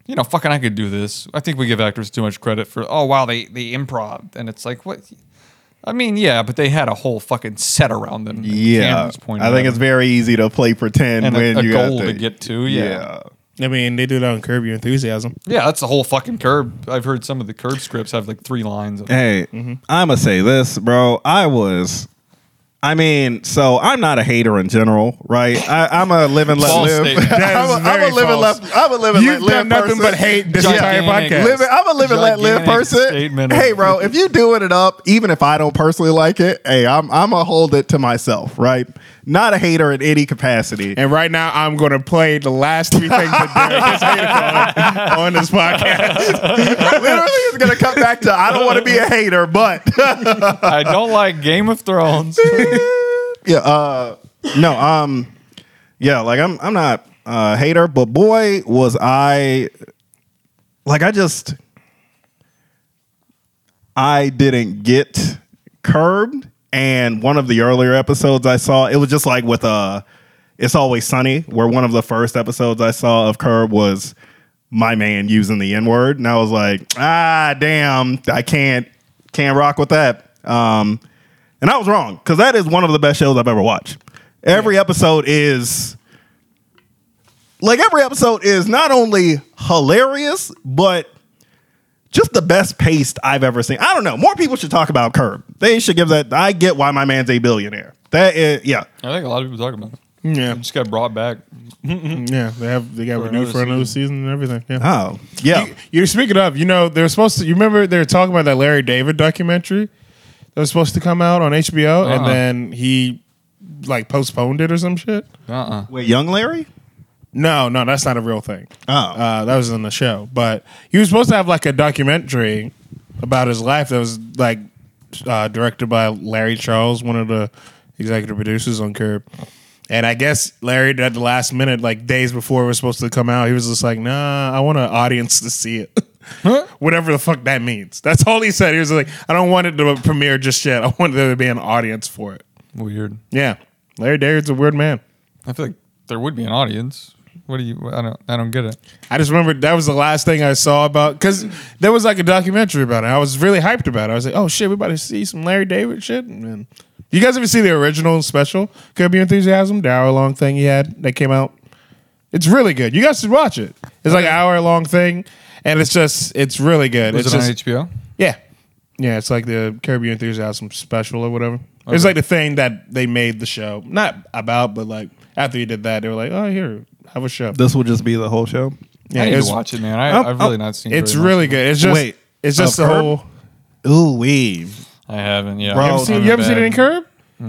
S1: you know, fucking, I could do this. I think we give actors too much credit for. Oh wow, they they improv, and it's like what. I mean, yeah, but they had a whole fucking set around them. and
S3: Yeah,
S1: cameras pointed
S3: I
S1: at
S3: think it's
S1: them,
S3: very easy to play pretend
S1: and
S3: when
S1: a, a
S3: you
S1: goal
S3: have
S1: to get to. yeah,
S3: yeah.
S2: I mean, they do that on Curb Your Enthusiasm.
S1: Yeah, that's the whole fucking curb. I've heard some of the curb scripts have like three lines. Of,
S3: Hey, I'ma say this, bro. I was I mean, so I'm not a hater in general, right? I, I'm a live and let
S1: False
S3: live.
S1: statement.
S2: That is
S3: I'm, a, I'm
S2: very
S3: a live and
S2: false.
S3: let. I'm a live and let
S2: You've
S3: live
S2: done nothing
S3: person.
S2: but hate this
S1: Gigantic.
S2: entire podcast.
S1: Live
S3: Live it, I'm a live and let live
S1: Gigantic
S3: person.
S1: statement
S3: Hey,
S1: of-
S3: bro, if you doing it up, even if I don't personally like it, hey, I'm I'm a hold it to myself, right? Not a hater in any capacity.
S2: And right now, I'm going to play the last three things that Derek has hated on, on this podcast.
S3: Literally, it's gonna come back to I don't want to be a hater, but
S1: I don't like Game of Thrones.
S3: yeah, uh, no, um, yeah, like I'm, I'm not a hater, but boy, was I, like, I just, I didn't get curbed. And one of the earlier episodes I saw, it was just like with uh It's Always Sunny, where one of the first episodes I saw of Curb was my man using the N word. And I was like, ah, damn, I can't, can't rock with that. Um, and I was wrong because that is one of the best shows I've ever watched. Every episode is like every episode is not only hilarious but just the best paced I've ever seen. I don't know. More people should talk about Curb. They should give that. I get why my man's a billionaire. That is yeah.
S1: I think a lot of people talk about it.
S2: Yeah.
S1: It just got brought back.
S2: Yeah, they have they got
S1: For
S2: renewed
S1: another
S2: for another season and everything. Yeah.
S3: Oh yeah.
S2: You- You're speaking of, you know, they were supposed to. You remember they were talking about that Larry David documentary that was supposed to come out on HBO, and
S1: Uh-uh.
S2: then he like postponed it or some shit.
S1: Uh uh
S3: Wait, young Larry?
S2: No, no, that's not a real thing.
S3: Oh.
S2: uh, that was in the show, but he was supposed to have like a documentary about his life that was like uh, directed by Larry Charles, one of the executive producers on Curb. And I guess Larry, at the last minute, like days before it was supposed to come out, he was just like, "Nah, I want an audience to see it." Whatever the fuck that means. That's all he said. He was like, "I don't want it to premiere just yet. I want there to be an audience for it."
S1: Weird.
S2: Yeah, Larry David's a weird man.
S1: I feel like there would be an audience. What do you? I don't. I don't get it.
S2: I just remember that was the last thing I saw about because there was like a documentary about it. I was really hyped about it. I was like, oh shit, we about to see some Larry David shit. And then- you guys ever see the original special Curb Your Enthusiasm, the hour long thing he had that came out? It's really good. You guys should watch it. It's like an hour long thing, and it's just it's really good.
S1: Was
S2: it's
S1: it
S2: just,
S1: on HBO?
S2: Yeah. Yeah, it's like the Curb Your Enthusiasm special or whatever. It's like the thing that they made the show. Not about, but like after you did that, they were like, oh, here, have a show.
S3: This will just be the whole show.
S2: yeah,
S1: I need
S2: it's, Oh,
S1: to watch it, man. I,
S3: I'm-
S1: I've really
S3: I'm-
S1: not seen.
S2: it's
S1: very much.
S2: really good. It's just,
S3: Wait,
S2: it's just
S3: of
S2: the
S3: Curb?
S2: whole.
S3: Ooh wee.
S1: I haven't. Yeah.
S3: Bro,
S1: I'm
S3: you ever seen-
S1: a
S2: you ever seen
S1: bad-
S2: it in Curb?
S3: The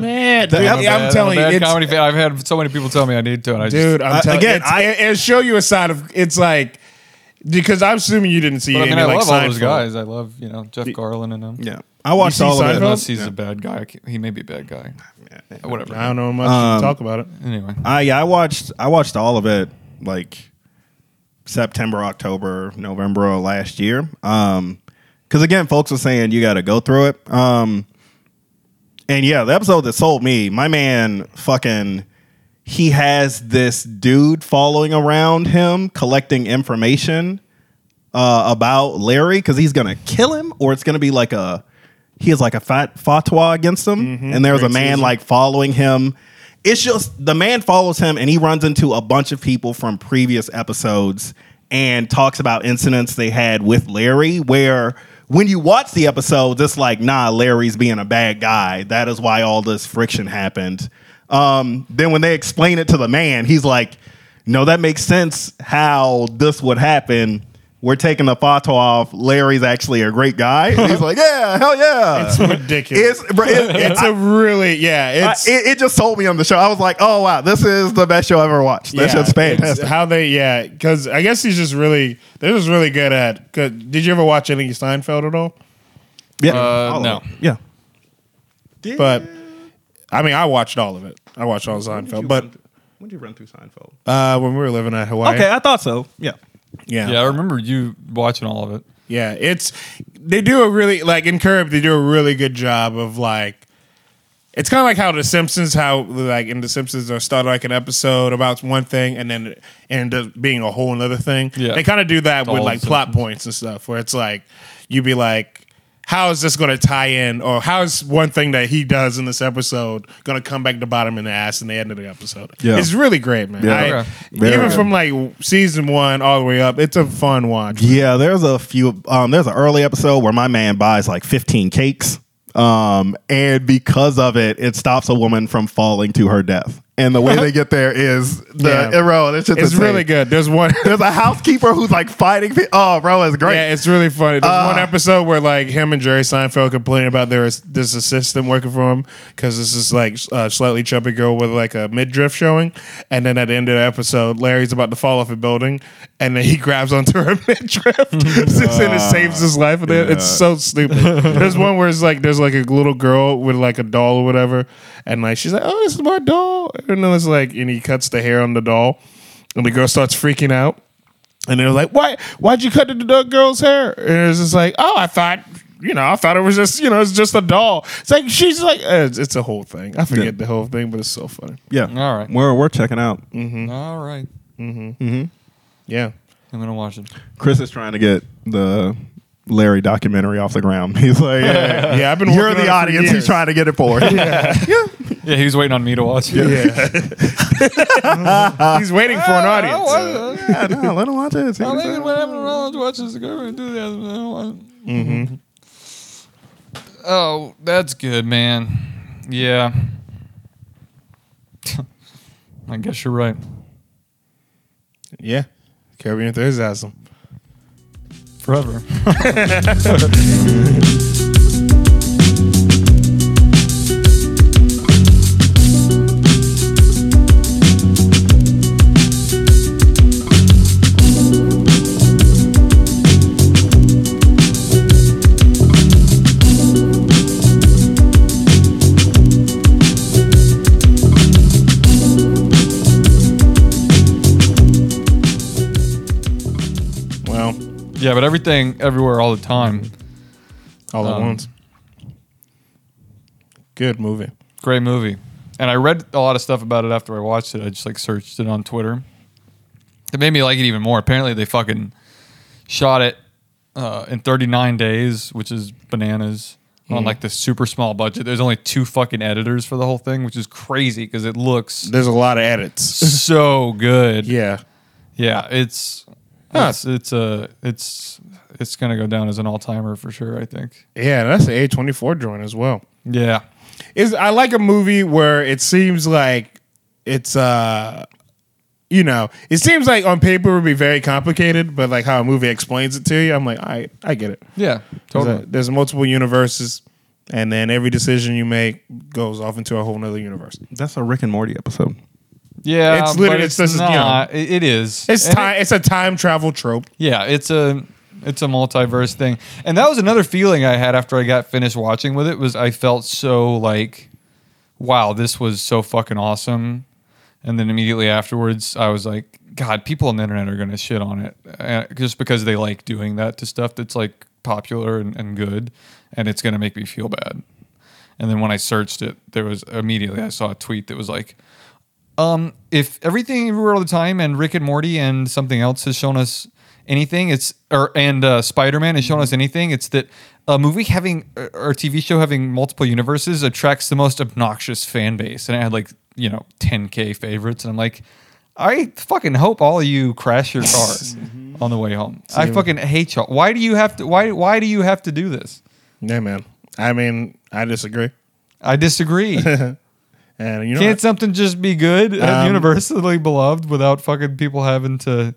S2: Man,
S3: the-
S2: dude,
S3: I'm
S2: I'm,
S3: a
S1: bad-
S2: I'm telling you,
S1: I'm a bad
S2: it's,
S1: comedy fan. I've had so many people tell me I need to, and I
S2: dude.
S1: just.
S2: I'm
S3: Uh,
S2: telling
S3: again,
S2: again,
S3: I-
S2: it, it show you a side of it's like because I'm assuming you didn't see.
S1: But I
S2: any,
S1: mean, I
S2: like,
S1: love all those
S2: Seinfeld.
S1: guys. I love you know Jeff Garland and them.
S3: yeah. I watched
S2: see
S3: all of it.
S2: Seinfeld?
S1: Unless he's a bad guy, I can't- he may be a bad guy. Whatever.
S2: I don't know much
S3: Um,
S2: to talk about it.
S1: Anyway,
S3: I Uh, yeah, I watched I watched all of it like September, October, November of last year. Um because again, folks were saying you got to go through it. Um and yeah, the episode that sold me, my man fucking he has this dude following around him collecting information uh, about Larry because he's gonna kill him, or it's gonna be like a he has like a fat fatwa against him, and there's a
S2: Great
S3: man
S2: season.
S3: like following him. It's just the man follows him, and he runs into a bunch of people from previous episodes and talks about incidents they had with Larry. Where when you watch the episodes, it's like, nah, Larry's being a bad guy. That is why all this friction happened. Um, then when they explain it to the man, he's like, no, that makes sense how this would happen. We're taking the photo off. Larry's actually a great guy. And he's like, yeah, hell yeah.
S2: It's ridiculous.
S3: It's, bro, it,
S2: It's a really yeah.
S3: I-
S2: It's
S3: it, it just sold me on the show. I was like, oh, wow, this is the best show I've ever watched. That shit's
S2: it's
S3: fantastic.
S2: How they, yeah, because I guess he's just really, they're just really good at. 'cause- Did you ever watch any Seinfeld at all?
S3: Yeah.
S1: uh,
S3: All of
S1: no.
S3: it. Yeah.
S2: But I mean, I watched all of it. I watched all of Seinfeld. But
S3: when did you run through Seinfeld?
S2: uh, when we were living at Hawaii,
S3: Okay, I thought so. Yeah.
S2: yeah,
S1: Yeah, I remember you watching all of it.
S2: Yeah, it's they do a really like in Curb they do a really good job of like it's kind of like how the Simpsons how like in the Simpsons they'll start like an episode about one thing and then it end up being a whole another thing.
S1: Yeah.
S2: They kind of do that with
S1: All
S2: like
S1: the
S2: plot points and stuff where it's like you be like how is this going to tie in or how is one thing that he does in this episode going to come back to bottom in the ass in the end of the episode.
S3: Yeah.
S2: It's really great, man.
S3: Yeah.
S2: I-
S1: Okay.
S3: Very
S2: Even
S3: good.
S2: from like season 1 all the way up, it's a fun watch.
S3: Yeah, there's a few. Um, there's an early episode where my man buys like 15 cakes. Um, and because of it, it stops a woman from falling to her death. And the way they get there is the
S2: Yeah.
S3: bro, this shit's
S2: It's
S3: insane.
S2: really good. There's one
S3: There's a housekeeper who's like fighting. Pe- oh, bro, it's great. Uh,
S2: Yeah, it's really funny. There's one episode where like him and Jerry Seinfeld complain about there is this assistant working for him because this is like a slightly chubby girl with like a midriff showing, and then at the end of the episode, Larry's about to fall off a building, and then he grabs onto her midriff, and it saves his life. And then It's so stupid. there's one where it's like there's like a little girl with like a doll or whatever, and like she's like, "Oh, this is my doll," and then it's like, and he cuts the hair on the doll, and the girl starts freaking out. And they're like, "Why? Why'd you cut the the girl's hair?" And it's just like, "Oh, I thought, you know, I thought it was just, you know, it's just a doll." It's like she's like, eh, it's, it's a whole thing. I forget
S3: Yeah.
S2: the whole thing, but it's so funny.
S3: yeah.
S1: All right.
S3: We're we're checking out.
S1: All right,
S2: Yeah,
S1: I'm gonna watch it.
S3: Chris is trying to get the Larry documentary off the ground. He's like, yeah,
S2: yeah. I've been.
S3: you're
S2: working
S3: the
S2: on it for
S3: audience. He's
S2: years.
S3: trying to get it for.
S1: Yeah, he was waiting on me to watch it.
S2: Yeah, he's waiting for an audience.
S3: yeah, no, let him watch it. See what he says.
S1: Mm-hmm. Oh, that's good, man. Yeah. I guess you're right.
S2: yeah, Curb Your enthusiasm.
S1: Forever.
S2: Well,
S1: Yeah, but everything, everywhere, all the time.
S2: all at
S1: Um,
S2: once. Good movie.
S1: great movie. And I read a lot of stuff about it after I watched it. I just like searched it on Twitter. It made me like it even more. Apparently, they fucking shot it uh, in 39 days, which is bananas. On
S2: Mm-hmm.
S1: like the super small budget, there's only two fucking editors for the whole thing, which is crazy because it looks
S2: There's a lot of edits.
S1: so good.
S2: Yeah.
S1: Yeah, it's it's it's uh, it's it's gonna go down as an all timer for sure. I think.
S2: Yeah, that's the A24 joint as well.
S1: Yeah,
S2: is I like a movie where it seems like it's uh you know, it seems like on paper it would be very complicated, but like how a movie explains it to you, I'm like, I I get it.
S1: yeah,
S2: There's,
S1: totally.
S2: a- there's multiple universes and then every decision you make goes off into a whole nother universe.
S3: That's a Rick and Morty episode.
S1: yeah,
S2: it's
S1: but
S2: literally- it's just, you know,
S1: not. It- it is.
S2: It's
S1: And it-
S2: time it's a time travel trope.
S1: yeah, it's a it's a multiverse thing, and that was another feeling I had after I got finished watching with it. Was I felt so like, wow, this was so fucking awesome, and then immediately afterwards I was like, God, people on the internet are gonna shit on it uh, just because they like doing that to stuff that's like popular and, and good, and it's gonna make me feel bad. And then when I searched it, there was immediately I saw a tweet that was like, um, if everything everywhere all the time and Rick and Morty and something else has shown us anything, it's or and uh, Spider Man has shown us anything, it's that a movie having or or TV show having multiple universes attracts the most obnoxious fan base. And I had like you know 10k favorites, and I'm like, I fucking hope all of you crash your cars on the way home. I fucking hate y'all. Why do you have to? Why why do you have to do this?
S2: Yeah, man. I mean, I disagree.
S1: I disagree.
S2: And you know
S1: Can't
S2: what?
S1: something just be good and
S3: Um,
S1: universally beloved without fucking people having to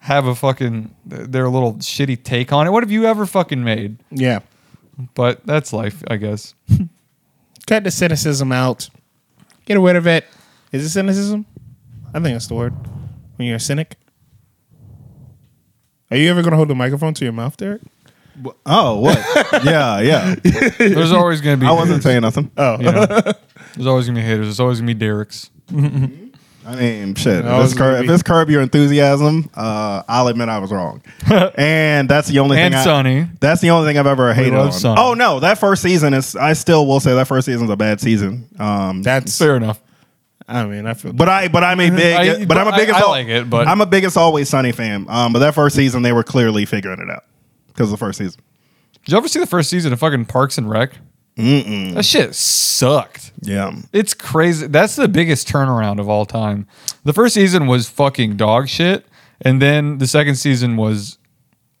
S1: have a fucking their little shitty take on it? What have you ever fucking made?
S2: yeah.
S1: But that's life, I guess.
S2: Cut the cynicism out. Get rid of it. Is it cynicism? I think that's the word. When you're a cynic. Are you ever going to hold the microphone to your mouth, Derek?
S3: Oh, what? yeah, yeah.
S1: There's always gonna be
S3: I wasn't saying nothing.
S2: Oh,
S1: you know, there's always gonna be haters. There's always gonna be Derek's.
S3: I mean, shit.
S2: I
S3: If
S2: was
S3: it's, curb,
S2: gonna
S3: if
S2: be-
S3: it's curb your enthusiasm, uh, I'll admit I was wrong. and that's the only
S1: And
S3: thing. I-
S1: Sonny.
S3: That's the only thing I've ever hated
S1: love
S3: on.
S1: Sonny.
S3: Oh no, that first season is. I still will say that first season's a bad season. Um,
S2: that's.
S1: Fair enough.
S2: I mean, I feel.
S3: but I, but I'm a big,
S1: I-
S3: but, I'm
S1: but
S3: a
S1: I-
S3: biggest.
S1: I
S3: al-
S1: like it, but-
S3: I'm a biggest always Sunny fan. Um, but that first season they were clearly figuring it out because the first season.
S1: Did you ever see the first season of fucking Parks and Rec? Mm-mm. That shit sucked.
S3: Yeah,
S1: It's crazy. That's the biggest turnaround of all time. The first season was fucking dog shit, and then the second season was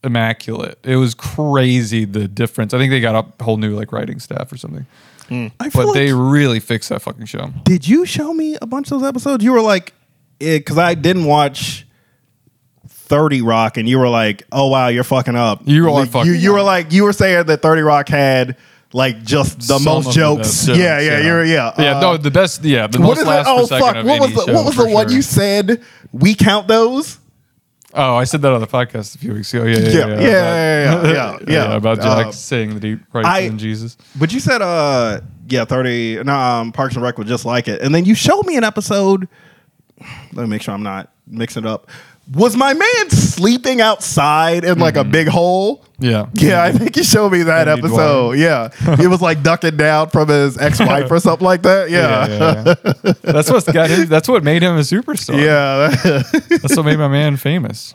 S1: immaculate. It was crazy the difference. I think they got a whole new like writing staff or something.
S3: I feel
S1: But
S3: like-
S1: they really fixed that fucking show.
S3: did you show me a bunch of those episodes? You were like, because I didn't watch Thirty Rock, and you were like, oh wow, you're fucking up.
S1: You are
S3: Like,
S1: fucking
S3: You, you were
S1: up.
S3: like, you were saying that Thirty Rock had like just the
S1: Some
S3: most
S1: of
S3: jokes.
S1: best
S3: yeah,
S1: jokes,
S3: yeah, you're yeah.
S1: Yeah,
S3: Uh,
S1: no, the best. Yeah, the
S3: What
S1: most
S3: is
S1: last
S3: that?
S1: per
S3: Oh
S1: second
S3: fuck!
S1: of
S3: What was
S1: any
S3: the
S1: show.
S3: what was
S1: for
S3: the one
S1: sure.
S3: you said? We count those.
S1: Oh, I said that on the podcast a few weeks ago. Yeah, yeah,
S3: Yeah,
S1: yeah,
S3: yeah, yeah, yeah, yeah, yeah.
S1: about Jack
S3: Uh,
S1: saying that he
S3: I-
S1: writes in Jesus.
S3: But you said, uh, yeah, thirty. No, um, Parks and Rec would just like it, and then you showed me an episode. Let me make sure I'm not mixing it up. Was my man sleeping outside in like
S2: Mm-hmm.
S3: a big hole?
S1: Yeah,
S3: Yeah, I think you showed me that
S1: Indeed,
S3: episode. Yeah, he was like ducking down from his ex-wife or something like that. Yeah, yeah.
S1: yeah, yeah. that's what got him. That's what made him a superstar. That's what made my man famous.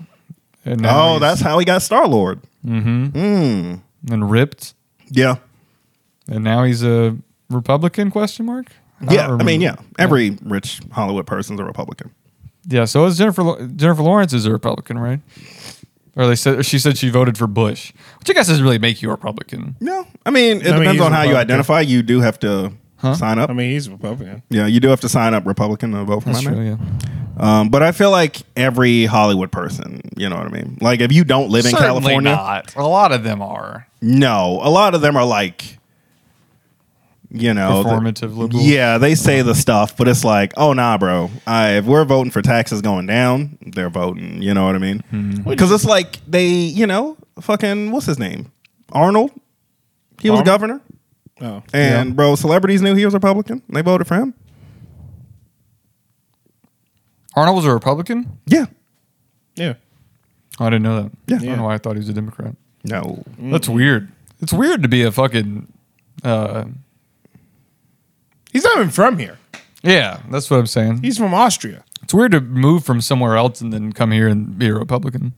S1: And now
S3: oh,
S1: he's-
S3: that's how he got Star Lord.
S1: and ripped.
S3: Yeah,
S1: And now he's a Republican question mark. don't
S3: yeah. I mean, yeah.
S1: remember.
S3: Every rich Hollywood person's a Republican.
S1: yeah. So is Jennifer Lo- Jennifer Lawrence is a Republican, right? Or they said or she said she voted for Bush, which I guess doesn't really make you a Republican.
S3: No, I mean it
S2: I mean,
S3: depends
S2: he's
S3: on how you
S2: Republican.
S3: identify. You do have to sign up.
S2: I mean, he's Republican.
S3: yeah, you do have to sign up Republican to vote for my
S1: That's true,
S3: man.
S1: yeah.
S3: Um, but I feel like every Hollywood person, you know what I mean. Like if you don't live in
S1: Certainly
S3: California,
S1: not. A lot of them are.
S3: no, a lot of them are like, you know,
S1: Performative liberals.
S3: Yeah, they say the stuff, but it's like, oh nah, bro. I, if we're voting for taxes going down, they're voting. You know what I mean?
S1: Mm-hmm.
S3: Because it's like they, you know, fucking what's his name, Arnold. He was
S2: Arnold?
S3: governor.
S2: Oh.
S3: And bro, celebrities knew he was Republican. They voted for him.
S1: Arnold was a Republican?
S3: Yeah.
S2: Yeah.
S1: Oh, I didn't know that.
S3: Yeah.
S1: I don't know why I thought he was a Democrat.
S3: No.
S1: Mm. That's weird. It's weird to be a fucking uh,
S2: He's not even from here.
S1: Yeah, that's what I'm saying.
S2: He's from Austria.
S1: It's weird to move from somewhere else and then come here and be a Republican.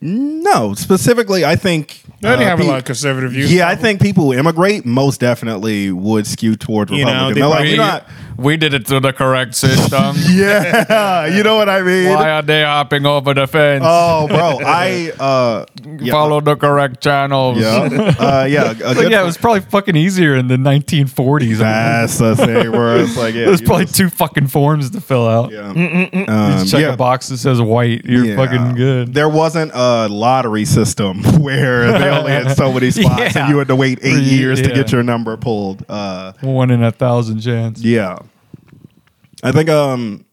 S3: No, specifically, I think
S2: They already have a
S3: pe-
S2: lot of conservative views.
S3: Uh, Yeah, I think people who immigrate most definitely would skew towards
S2: You know,
S3: Republican.
S2: they
S3: They're like,
S2: probably-
S3: "You're not-
S1: We did it through the correct system.
S3: yeah, you know what I mean.
S1: Why are they hopping over the fence?
S3: Oh, bro, I uh, yeah,
S1: Follow the correct channels.
S3: yeah, uh, yeah. a
S1: But
S3: good
S1: yeah, it was probably fucking easier in the 1940s. I mean,
S3: That's the thing where it's like, yeah,
S1: There's
S3: you
S1: probably
S3: just-
S1: two fucking forms to fill out.
S3: yeah.
S1: You
S3: Um,
S1: check
S3: yeah.
S1: a box that says white. You're
S3: Yeah.
S1: fucking good.
S3: There wasn't a lottery system where they only had so many spots,
S1: Yeah.
S3: and you had to wait eight
S1: Yeah.
S3: years to get your number pulled. Uh,
S1: One in a thousand chance.
S3: yeah, I think um,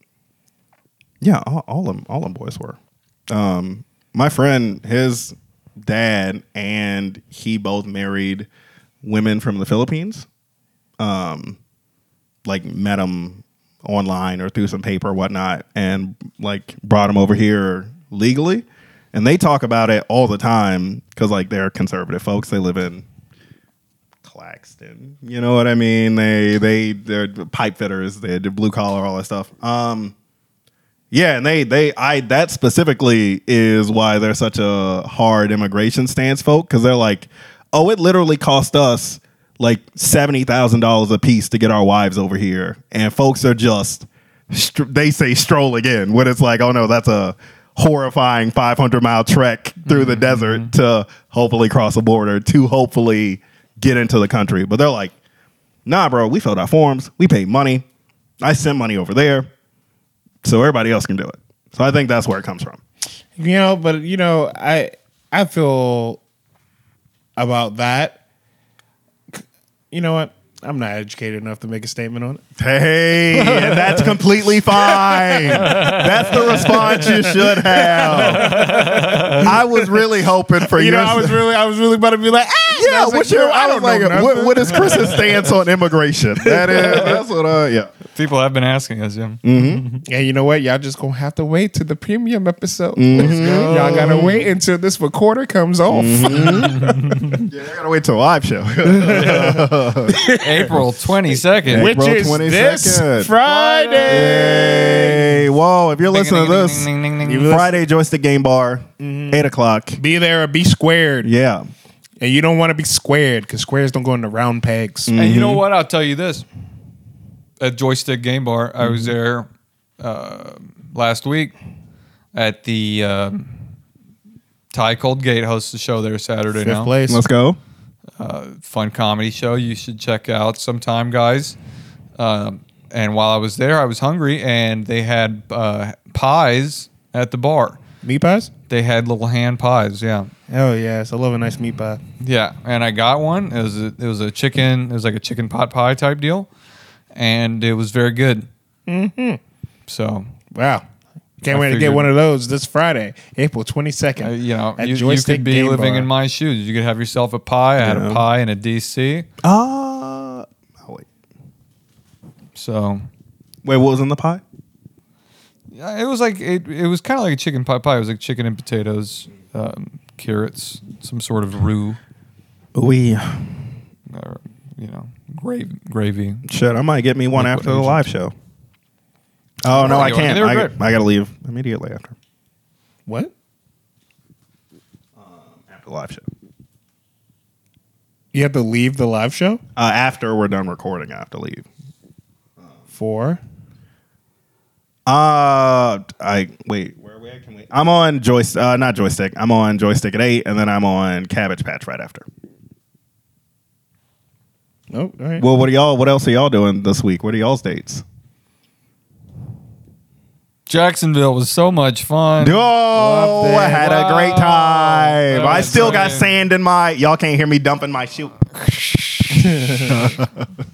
S3: yeah, all, all them all them boys were. Um, my friend, his dad, and he both married women from the Philippines. Um, like met him online or through some paper or whatnot, and like brought him over here legally. And they talk about it all the time because like they're conservative folks. They live in Claxton. You know what I mean? They they they're pipe fitters. They're blue collar, all that stuff. Um, yeah, and they they I that specifically is why they're such a hard immigration stance folk because they're like, oh, it literally cost us like seventy thousand dollars a piece to get our wives over here, and folks are just str- they say stroll again when it's like, oh no, that's a horrifying five hundred mile trek through the desert to hopefully cross a border to hopefully get into the country, but they're like, nah, bro, we filled out forms, we paid money, I sent money over there so everybody else can do it. So I think that's where it comes from.
S2: You know, but you know, I I feel about that. You know what? I'm not educated enough to make a statement on it.
S3: Hey, and that's completely fine. That's the response you should have. I was really hoping for
S2: You
S3: your-
S2: know, I was really, I was really about to be like, ah, And I
S3: yeah,
S2: was like,
S3: what's your?
S2: "Girl,
S3: I don't like.
S2: know
S3: What,
S2: nothing."
S3: what is Chris's stance on immigration? That is. That's what. I yeah.
S1: People have been asking us, yeah.
S3: Mm.
S2: Yeah, you know what? Y'all just gonna have to wait till the premium episode.
S1: Mm-hmm.
S2: Y'all gotta wait until this recorder comes off.
S1: Mm-hmm.
S3: Yeah, I gotta wait till a live show.
S1: April 22nd.
S2: Which
S3: April
S2: is
S3: 22nd.
S2: this Friday.
S3: hey, whoa! If you're listening to this,
S1: Ding, ding, ding, ding, ding.
S3: Friday joystick game bar, eight o'clock.
S2: Be there or be squared.
S3: Yeah.
S2: And you don't wanna be squared because squares don't go into round pegs.
S1: And you know what? I'll tell you this. At Joystick Game Bar, I was
S2: Mm-hmm.
S1: there uh, last week at the um Thai Cold Gate hosts a show there Saturday
S2: Fifth
S1: now.
S2: place.
S3: Let's go.
S1: Fun comedy show you should check out sometime, guys. Um, and while I was there, I was hungry, and they had uh, pies at the bar.
S2: Meat pies?
S1: They had little hand pies, yeah.
S2: Oh yes, I love a nice meat pie.
S1: Yeah, and I got one. It was a, it was a chicken. It was like a chicken pot pie type deal, and it was very good. Mm-hmm. So
S2: Wow. Can't wait to get
S1: figured-
S2: one of those this Friday, April twenty
S1: uh,
S2: second.
S1: you know, you, you could be living in my shoes. You could have yourself a pie. I had a
S3: Yeah.
S1: pie and a DC.
S3: Uh, oh, wait.
S1: So
S3: Wait, what was in the pie?
S1: yeah, it was like it. It was kind of like a chicken pot pie. It was like chicken and potatoes, um, carrots, some sort of roux,
S3: We
S1: or you know, gravy. Gravy.
S3: shit. I might get me one
S1: Liquid
S3: after the
S1: agents.
S3: live show. Oh no,
S1: Oh,
S3: I
S1: you want-
S3: can't.
S1: they were
S3: I,
S1: great.
S3: I gotta leave immediately after
S2: what?
S3: Um, after the live show.
S2: You have to leave the live show
S3: Uh, after we're done recording, I have to leave.
S2: for
S3: Uh, I wait. Where are we? at? Can we? I'm on joystick. Uh, not joystick. I'm on joystick at eight, and then I'm on Cabbage Patch right after.
S2: Nope. all right.
S3: Well, what are y'all? What else are y'all doing this week? What are y'all's dates?
S1: Jacksonville was so much fun.
S3: Oh, I had a great time.
S1: Wow.
S3: I still got
S1: That's
S3: sand in my. Y'all can't hear me dumping my shoe.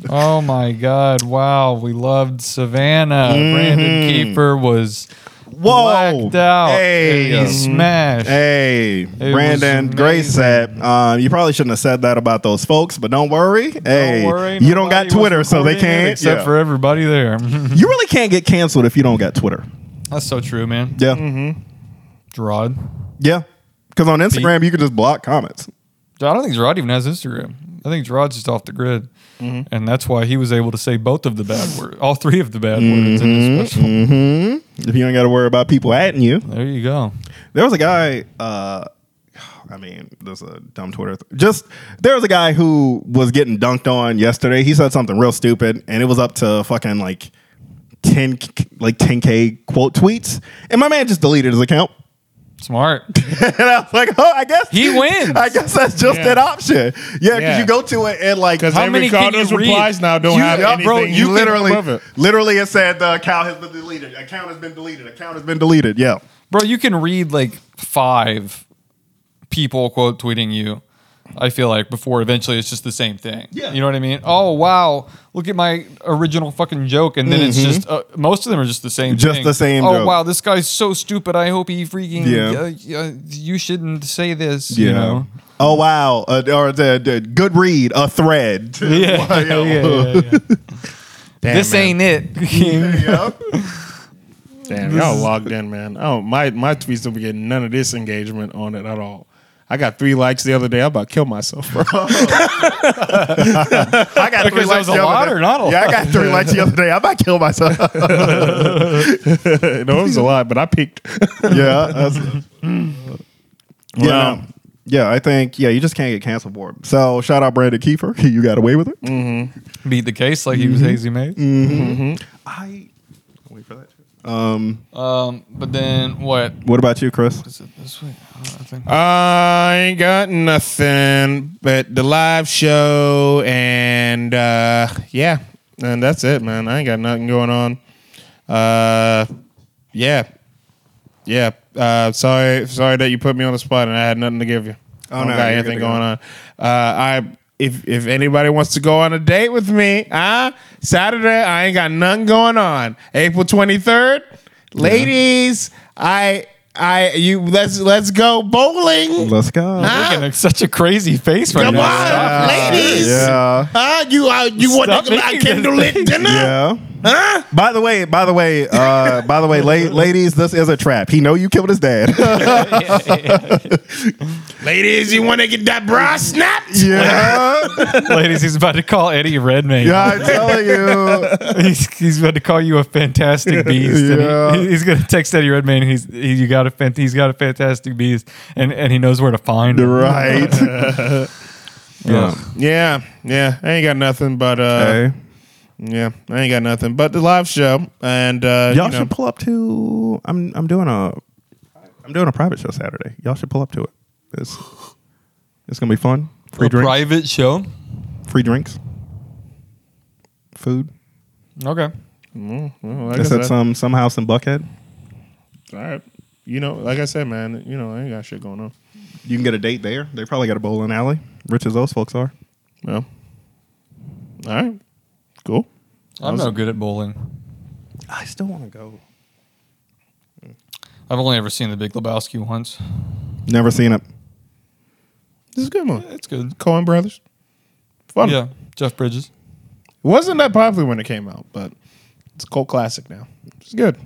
S1: Oh my God! Wow, we loved Savannah. Brandon Keeper was
S3: Mm-hmm. Whoa!
S1: blacked out.
S3: Hey. Mm-hmm.
S1: and he smashed.
S3: Hey, Brandon
S1: was
S3: Grace said, um, you probably shouldn't have said that about those folks, but don't worry. Hey,
S1: worry,
S3: you don't
S1: nobody
S3: got
S1: was
S3: Twitter, so they
S1: recording it
S3: can't.
S1: Except
S3: yeah.
S1: for everybody there.
S3: you really can't get canceled if you don't got Twitter.
S1: That's so true, man.
S3: Yeah.
S1: Gerard.
S3: Yeah. Because on Instagram, you can just block comments.
S1: I don't think Gerard even has Instagram. I think Gerard's just off the grid,
S3: Mm-hmm.
S1: and that's why he was able to say both of the bad words, all three of the bad words in
S3: Mm-hmm.
S1: his special.
S3: If you ain't got to worry about people adding you,
S1: There you go.
S3: there was a guy. Uh, I mean, this is a dumb Twitter. th- Just there was a guy who was getting dunked on yesterday. He said something real stupid, and it was up to fucking like ten, k- like ten k quote tweets, and my man just deleted his account.
S1: Smart.
S3: And I was like, oh, I guess
S1: He wins.
S3: I guess that's just
S2: Yeah.
S3: an option. Yeah, because
S2: Yeah.
S3: you go to it and like
S2: Because
S1: How
S2: every
S1: many can
S2: Cardinals
S1: you read?
S2: replies now don't
S1: You-
S2: have
S1: yeah,
S2: anything.
S1: bro, you
S2: can-
S3: literally,
S2: above it.
S3: literally, it said the account has been deleted. Account has been deleted. Account has been deleted. Yeah.
S1: Bro, you can read like five people quote tweeting you. I feel like before eventually it's just the same thing.
S3: Yeah.
S1: You know what I mean? Oh wow, look at my original fucking joke, and then it's just uh, most of them are just the same.
S3: Mm-hmm. Just
S1: thing.
S3: the same
S1: Oh
S3: joke.
S1: wow, this guy's so stupid. I hope he freaking.
S3: Yeah.
S1: Uh, uh, you shouldn't say this. You know.
S3: Oh wow. Uh, or the, the good read a thread.
S1: Yeah.
S3: Wow.
S2: Damn,
S1: this
S2: man.
S1: ain't it.
S3: Yeah.
S2: Damn, y'all logged in, man. Oh, my my tweets don't be getting none of this engagement on it at all. I got three likes the other day. I about to kill myself, bro.
S3: I got three
S1: Because that
S3: likes
S1: was
S3: the
S1: a
S3: other
S1: lot
S3: day.
S1: or not a lot.
S3: Yeah, I got three likes the other day. I might kill myself.
S2: no, it was a lot, but I peaked.
S3: yeah. That's, yeah.
S2: Wow.
S3: no. Yeah, I think yeah, you just can't get canceled for it. So shout out Brandon Kiefer, you got away with it.
S1: Beat the case like he was
S3: Mm-hmm.
S1: hazy made.
S3: I wait for that.
S1: Um, but then what?
S3: What about you, Chris?
S1: Is it this week? I don't think-
S2: I ain't got nothing but the live show and uh yeah. And that's it, man. I ain't got nothing going on. Uh yeah. Yeah. Uh sorry sorry that you put me on the spot and I had nothing to give you.
S3: Oh,
S2: I don't
S3: no,
S2: got
S3: you're
S2: anything
S3: good to go.
S2: going on. Uh I if if anybody wants to go on a date with me, uh Saturday, I ain't got nothing going on. April twenty third, ladies, I I you let's let's go bowling.
S3: Let's go.
S1: Making a- such a crazy face right
S2: Come
S1: now.
S2: on,
S1: Stop.
S2: ladies.
S3: Yeah.
S2: Huh? You uh, you
S1: Stop
S2: want to
S1: making
S2: like candlelit
S1: this
S2: dinner?
S3: Yeah.
S2: Huh?
S3: By the way, by the way, uh, by the way, la- ladies, this is a trap. He know you killed his dad.
S2: Ladies, you want to get that bra snapped?
S3: yeah.
S1: Ladies, he's about to call Eddie Redmayne.
S3: Yeah, I'm telling you.
S1: He's, he's about to call you a fantastic beast. and he-
S3: Yeah.
S1: he- he's gonna text Eddie Redmayne. He's he, you got a fan, he's got a fantastic beast, and, and he knows where to find. him.
S3: Right.
S2: Uh,
S1: Yeah.
S2: Yeah, yeah. I ain't got nothing but uh
S3: Okay.
S2: yeah, I ain't got nothing but the live show and uh
S3: Y'all
S2: you know,
S3: should pull up to I'm I'm doing a I'm doing a private show Saturday. Y'all should pull up to it. It's it's gonna be fun. Free
S1: a
S3: drinks.
S1: private show.
S3: free drinks. Food.
S1: Okay.
S2: well, like I
S3: It's at
S2: said,
S3: some some house in Buckhead.
S2: all right. You know, like I said, man, you know, I ain't got shit going on.
S3: You can get a date there. They probably got a bowling alley. Rich as those folks are.
S2: Well. All right. Cool.
S1: I'm no good at bowling.
S3: I still want to go.
S1: I've only ever seen the Big Lebowski once.
S3: Never seen it.
S2: This is a good one.
S1: It's good.
S2: Cohen Brothers. Fun.
S1: Yeah, Jeff Bridges.
S2: It wasn't that popular when it came out, but it's a cult classic now. It's good.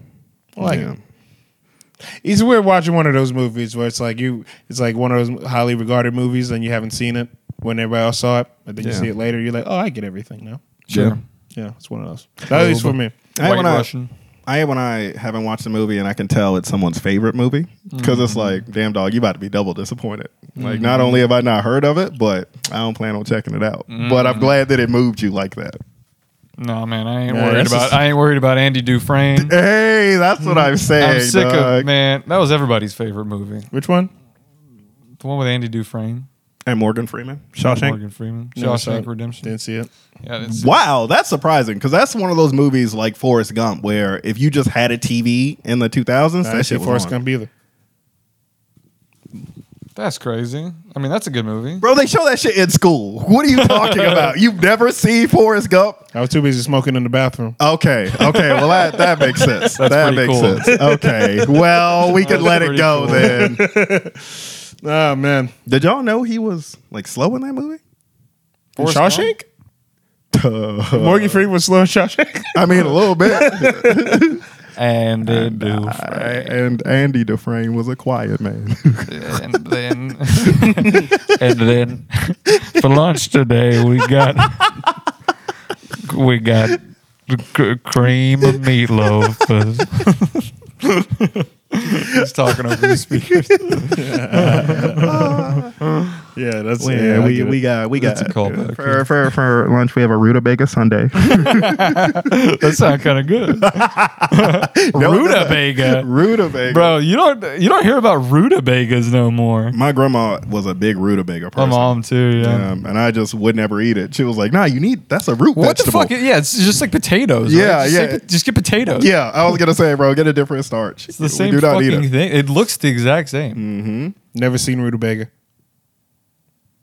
S2: I like
S3: Yeah.
S2: it. It's weird watching one of those movies where it's like you, it's like one of those highly regarded movies, and you haven't seen it when everybody else saw it, but then you
S3: Yeah.
S2: see it later, you're like, oh, I get everything now.
S1: Sure.
S2: Yeah, it's one of those. That is for me.
S3: I
S1: White
S3: when I-
S1: Russian.
S3: I hate when I haven't watched a movie and I can tell it's someone's favorite movie because it's like, damn dog, you about to be double disappointed. Like, not only have I not heard of it, but I don't plan on checking it out. But I'm glad that it moved you like that.
S1: No man, I ain't
S2: Yeah,
S1: worried
S2: that's
S1: about.
S2: just-
S1: I ain't worried about Andy Dufresne.
S3: Hey, that's what I'm saying.
S1: I'm sick
S3: dog.
S1: of man. That was everybody's favorite movie.
S2: Which one?
S1: The one with Andy Dufresne,
S3: And Morgan Freeman, Shawshank.
S1: Morgan Freeman,
S2: Never saw
S1: Shawshank
S2: it.
S1: Redemption.
S2: Didn't see it.
S1: Yeah, it's,
S3: Wow, that's surprising because that's one of those movies like Forrest Gump where if you just had a TV in the 2000s,
S2: I
S3: that
S2: didn't see
S3: shit was
S2: Forrest
S3: on.
S2: Gump either.
S1: that's crazy. I mean, that's a good movie.
S3: Bro, they show that shit in school. What are you talking about? You've never seen Forrest Gump?
S2: I was too busy smoking in the bathroom.
S3: Okay. Okay. Well, that, that makes sense. that
S1: pretty
S3: makes
S1: cool.
S3: sense. Okay. Well, we could
S1: That's
S3: let it
S1: pretty
S3: go
S1: cool.
S3: then.
S2: Oh man,
S3: Did y'all know he was like slow in that movie?
S1: Forrest Uh,
S2: Shawshank. Morgan Freeman was slow in Shawshank.
S3: I mean, a little bit.
S1: And uh, they do.
S3: and Andy Dufresne was a quiet man.
S1: And then and then for lunch today we got we got c- cream of meatloaf. He's talking over the speakers.
S2: Yeah, that's
S5: Yeah,
S2: I
S5: we,
S2: get it.
S5: we got we got
S1: That's a callback, yeah.
S5: for, for for lunch. We have a rutabaga sundae.
S1: That sounds kind of good. Rutabaga,
S3: Rutabaga.
S1: bro. You don't you don't hear about rutabagas no more.
S3: My grandma was a big rutabaga
S1: My
S3: person.
S1: mom too. Yeah.
S3: Um, and I just would never eat it. She was like, "Nah, you need that's a root
S1: What
S3: vegetable."
S1: the fuck? Yeah, it's just like potatoes.
S3: Yeah,
S1: right? just
S3: yeah.
S1: say po- just get potatoes.
S3: yeah, I was gonna say, bro, get a different starch.
S1: It's the same fucking thing. It looks the exact same.
S3: Mm.
S2: never seen rutabaga.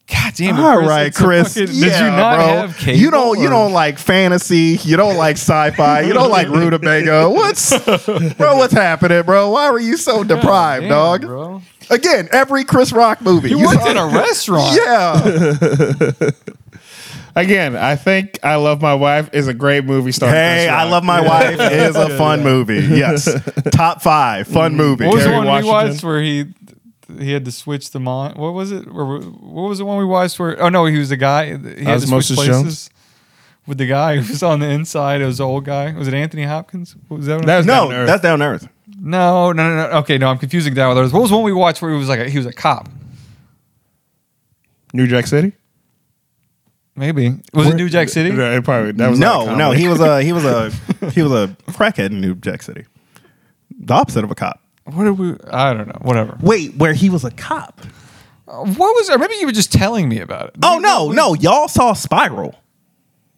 S1: God damn it.
S3: All
S1: Chris,
S3: right,
S1: it's a
S3: Chris.
S1: fucking-
S3: yeah,
S1: did you not
S3: bro.
S1: have cable?
S3: You don't. You
S1: or-
S3: don't like fantasy. You don't like sci-fi. You don't like rutabaga. What's, bro? What's happening, bro? Why were you so deprived,
S1: Damn,
S3: dog?
S1: Bro.
S3: Again, every Chris Rock movie.
S1: You,
S3: You
S1: worked
S3: saw-
S1: in a restaurant.
S3: Yeah.
S2: Again, I think I Love My Wife is a great movie. Starring
S3: hey,
S2: Chris
S3: I
S2: Rock.
S3: love my wife is a fun movie. Yes, top five fun movie.
S1: What was the
S2: Kerry
S1: Mm. one we watched
S2: Washington.
S1: where he he had to switch the mon? What was it? Or what was the one we watched where? Oh no, he was the guy. He had to
S2: Osmosis
S1: switch
S2: Jones?
S1: places with the guy who was on the inside. It was the old guy. Was it Anthony Hopkins? What was that? One?
S2: That was
S3: No,
S2: Down to Earth.
S3: that's down to earth.
S1: no, no, no, no. Okay, no, I'm confusing that with others. What was the one we watched where he was like a, he was a cop?
S2: New Jack City.
S1: Maybe was it New Jack City?
S2: No, it probably that was not a
S3: No, no,
S2: comedy.
S3: he was a he was a he was a crackhead in New Jack City. The opposite of a cop.
S1: What did we? I don't know. Whatever.
S3: Wait, where he was a cop?
S1: Uh, What was? Or maybe you were just telling me about it.
S3: Oh no, no, y'all saw Spiral.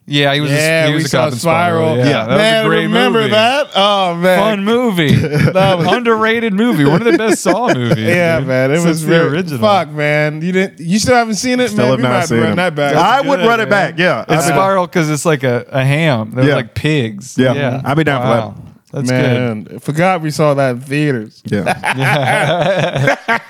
S1: Yeah, he was.
S2: Yeah,
S1: a, he
S2: we
S1: was a
S2: saw
S1: cop in
S2: Spiral.
S1: Yeah, that
S2: man,
S1: was a great
S2: remember
S1: movie.
S2: that? Oh man,
S1: Fun movie, underrated movie, one of the best Saw movies.
S2: Yeah,
S1: dude,
S2: man, it
S1: since
S2: was
S1: the
S2: very
S1: original.
S2: Fuck, man, you didn't. You still haven't seen it.
S3: Still
S2: man,
S3: have
S2: We
S3: not
S2: might
S3: seen
S2: run
S3: him.
S2: that back.
S3: I would
S1: good,
S3: run
S1: man.
S3: it back. Yeah,
S1: It's
S3: I'd be-
S1: spiral because it's like a, a ham. They're
S3: Yeah.
S1: like pigs.
S3: Yeah. I'd be down for
S1: Wow. That's good.
S2: man, forgot we saw that in theaters.
S3: yeah.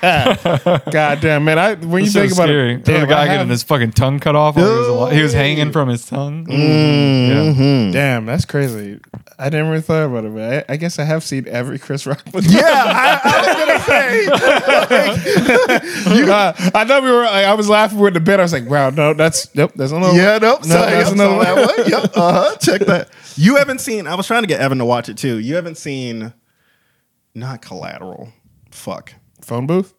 S2: God damn, man. I when you
S1: It's so
S2: think about
S1: scary.
S2: it,
S1: There was a
S2: damn, I
S1: guy
S2: have-
S1: getting his fucking tongue cut off. while He was, alive. he was hanging from his tongue.
S3: Mm-hmm.
S1: Yeah.
S3: Hmm.
S2: Damn, that's crazy. I never thought about it, man. I, I guess I have seen every Chris Rock. movie.
S3: yeah, I, I was gonna say.
S2: Uh, I know we were. Like, I was laughing with the bit. I was like, "Wow, no, that's nope, that's another."
S3: Yeah, nope.
S2: No,
S3: sorry,
S2: that's
S3: I'm
S2: another
S3: sorry,
S2: one.
S3: that one. Yep. Uh huh. Check that. You haven't seen. I was trying to get Evan to watch it too. You haven't seen. Not collateral. Fuck.
S2: phone booth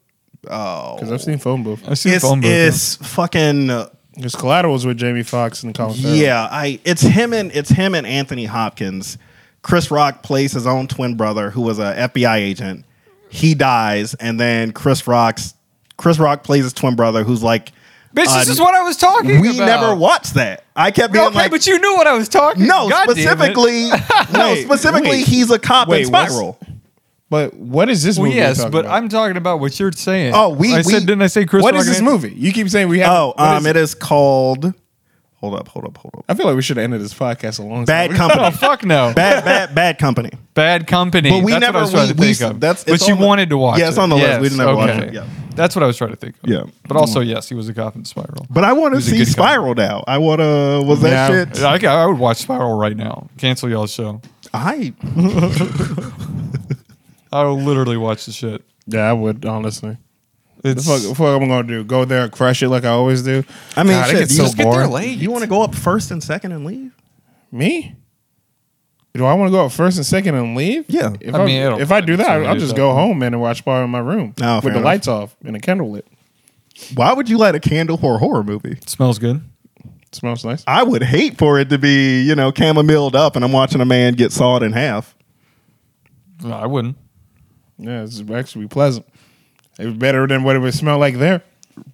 S3: Oh,
S2: because I've seen phone booth.
S1: I've seen
S3: it's,
S1: phone booth.
S3: it's fucking. uh,
S2: There's collaterals with Jamie Foxx and Colin. Farrell.
S3: Yeah, I it's him and it's him and Anthony Hopkins. Chris Rock plays his own twin brother who was a FBI agent. He dies, and then Chris Rock's Chris Rock plays his twin brother who's like,
S1: Bitch,
S3: uh,
S1: this is what I was talking
S3: we
S1: about.
S3: never watched that. I kept being
S1: Okay,
S3: like,
S1: but you knew what I was talking.
S3: no,
S1: God damn it.
S3: specifically, no,
S2: Wait,
S3: specifically,
S2: wait.
S3: he's a cop in
S2: Wait, what's-
S3: Spiral.
S2: but what is this
S1: Well,
S2: movie?
S1: yes,
S2: talking
S1: but
S2: about?
S1: I'm talking about what you're saying.
S3: Oh, we-
S1: I
S3: we-
S1: said, didn't I say Chris?
S2: What is
S1: Rock
S2: this
S1: and-
S2: movie? You keep saying we have.
S3: Oh,
S2: what
S3: um,
S2: is
S3: it is called. Hold up, hold up, hold up.
S2: I feel like we should have ended this podcast a long time.
S3: Bad
S2: ago.
S1: Oh
S3: company.
S1: fuck no! Bad,
S3: bad, bad, bad company.
S1: company.
S3: But we
S1: that's
S3: never-
S1: What I was trying
S3: we-
S1: to
S3: we-
S1: think of.
S3: that's-
S1: but
S3: it's
S1: you
S3: on the-
S1: wanted to watch.
S3: Yeah, it's
S1: it.
S3: on the list. We didn't ever watch
S1: okay.
S3: it. Yeah.
S1: That's what I was trying to think of.
S3: Yeah.
S1: But also, yes, he was a cop in Spiral.
S3: But I want to
S1: was a
S3: see
S1: good company. uh,
S3: Spiral now. I want to. Was that
S2: Yeah.
S3: shit?
S1: I, I would watch Spiral right now. Cancel y'all's show.
S3: I
S1: I will literally watch the shit.
S2: Yeah, I would honestly. The
S1: It's
S2: fuck, the fuck am I gonna do? Go there and crush it like I always do?
S3: I mean,
S2: God, it
S3: shit,
S2: gets
S3: you
S2: so
S3: just get
S2: boring.
S3: there late. You want to go up first and second and leave?
S2: Me? Do I want to go up first and second and leave?
S3: Yeah.
S2: If
S1: I
S2: I,
S1: mean, it'll-
S2: if I do that,
S1: it's
S2: I'll just go home man, and watch Spiral in my room
S3: Oh,
S2: with
S3: fair
S2: the
S3: enough.
S2: lights off and a candle lit.
S3: Why would you light a candle for a horror movie?
S1: it smells good.
S2: It smells nice.
S3: I would hate for it to be, you know, chamomilled up and I'm watching a man get sawed in half.
S1: No, I wouldn't.
S2: Yeah, it's actually pleasant. It was better than what it would smell like there.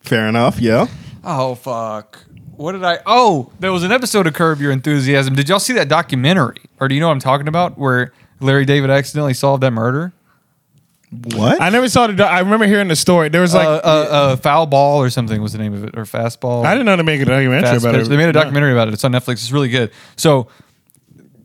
S3: Fair enough. Yeah.
S1: Oh fuck! What did I? Oh, there was an episode of Curb Your Enthusiasm. Did y'all see that documentary, or do you know what I'm talking about? Where Larry David accidentally solved that murder.
S3: What?
S2: I never saw the. doc- I remember hearing the story. There was like
S1: uh, uh, uh, foul ball or something was the name of it, or fastball.
S2: I didn't know to make a documentary
S1: Fast
S2: about
S1: Pitch.
S2: it.
S1: They made a documentary about it. It's on Netflix. It's really good. So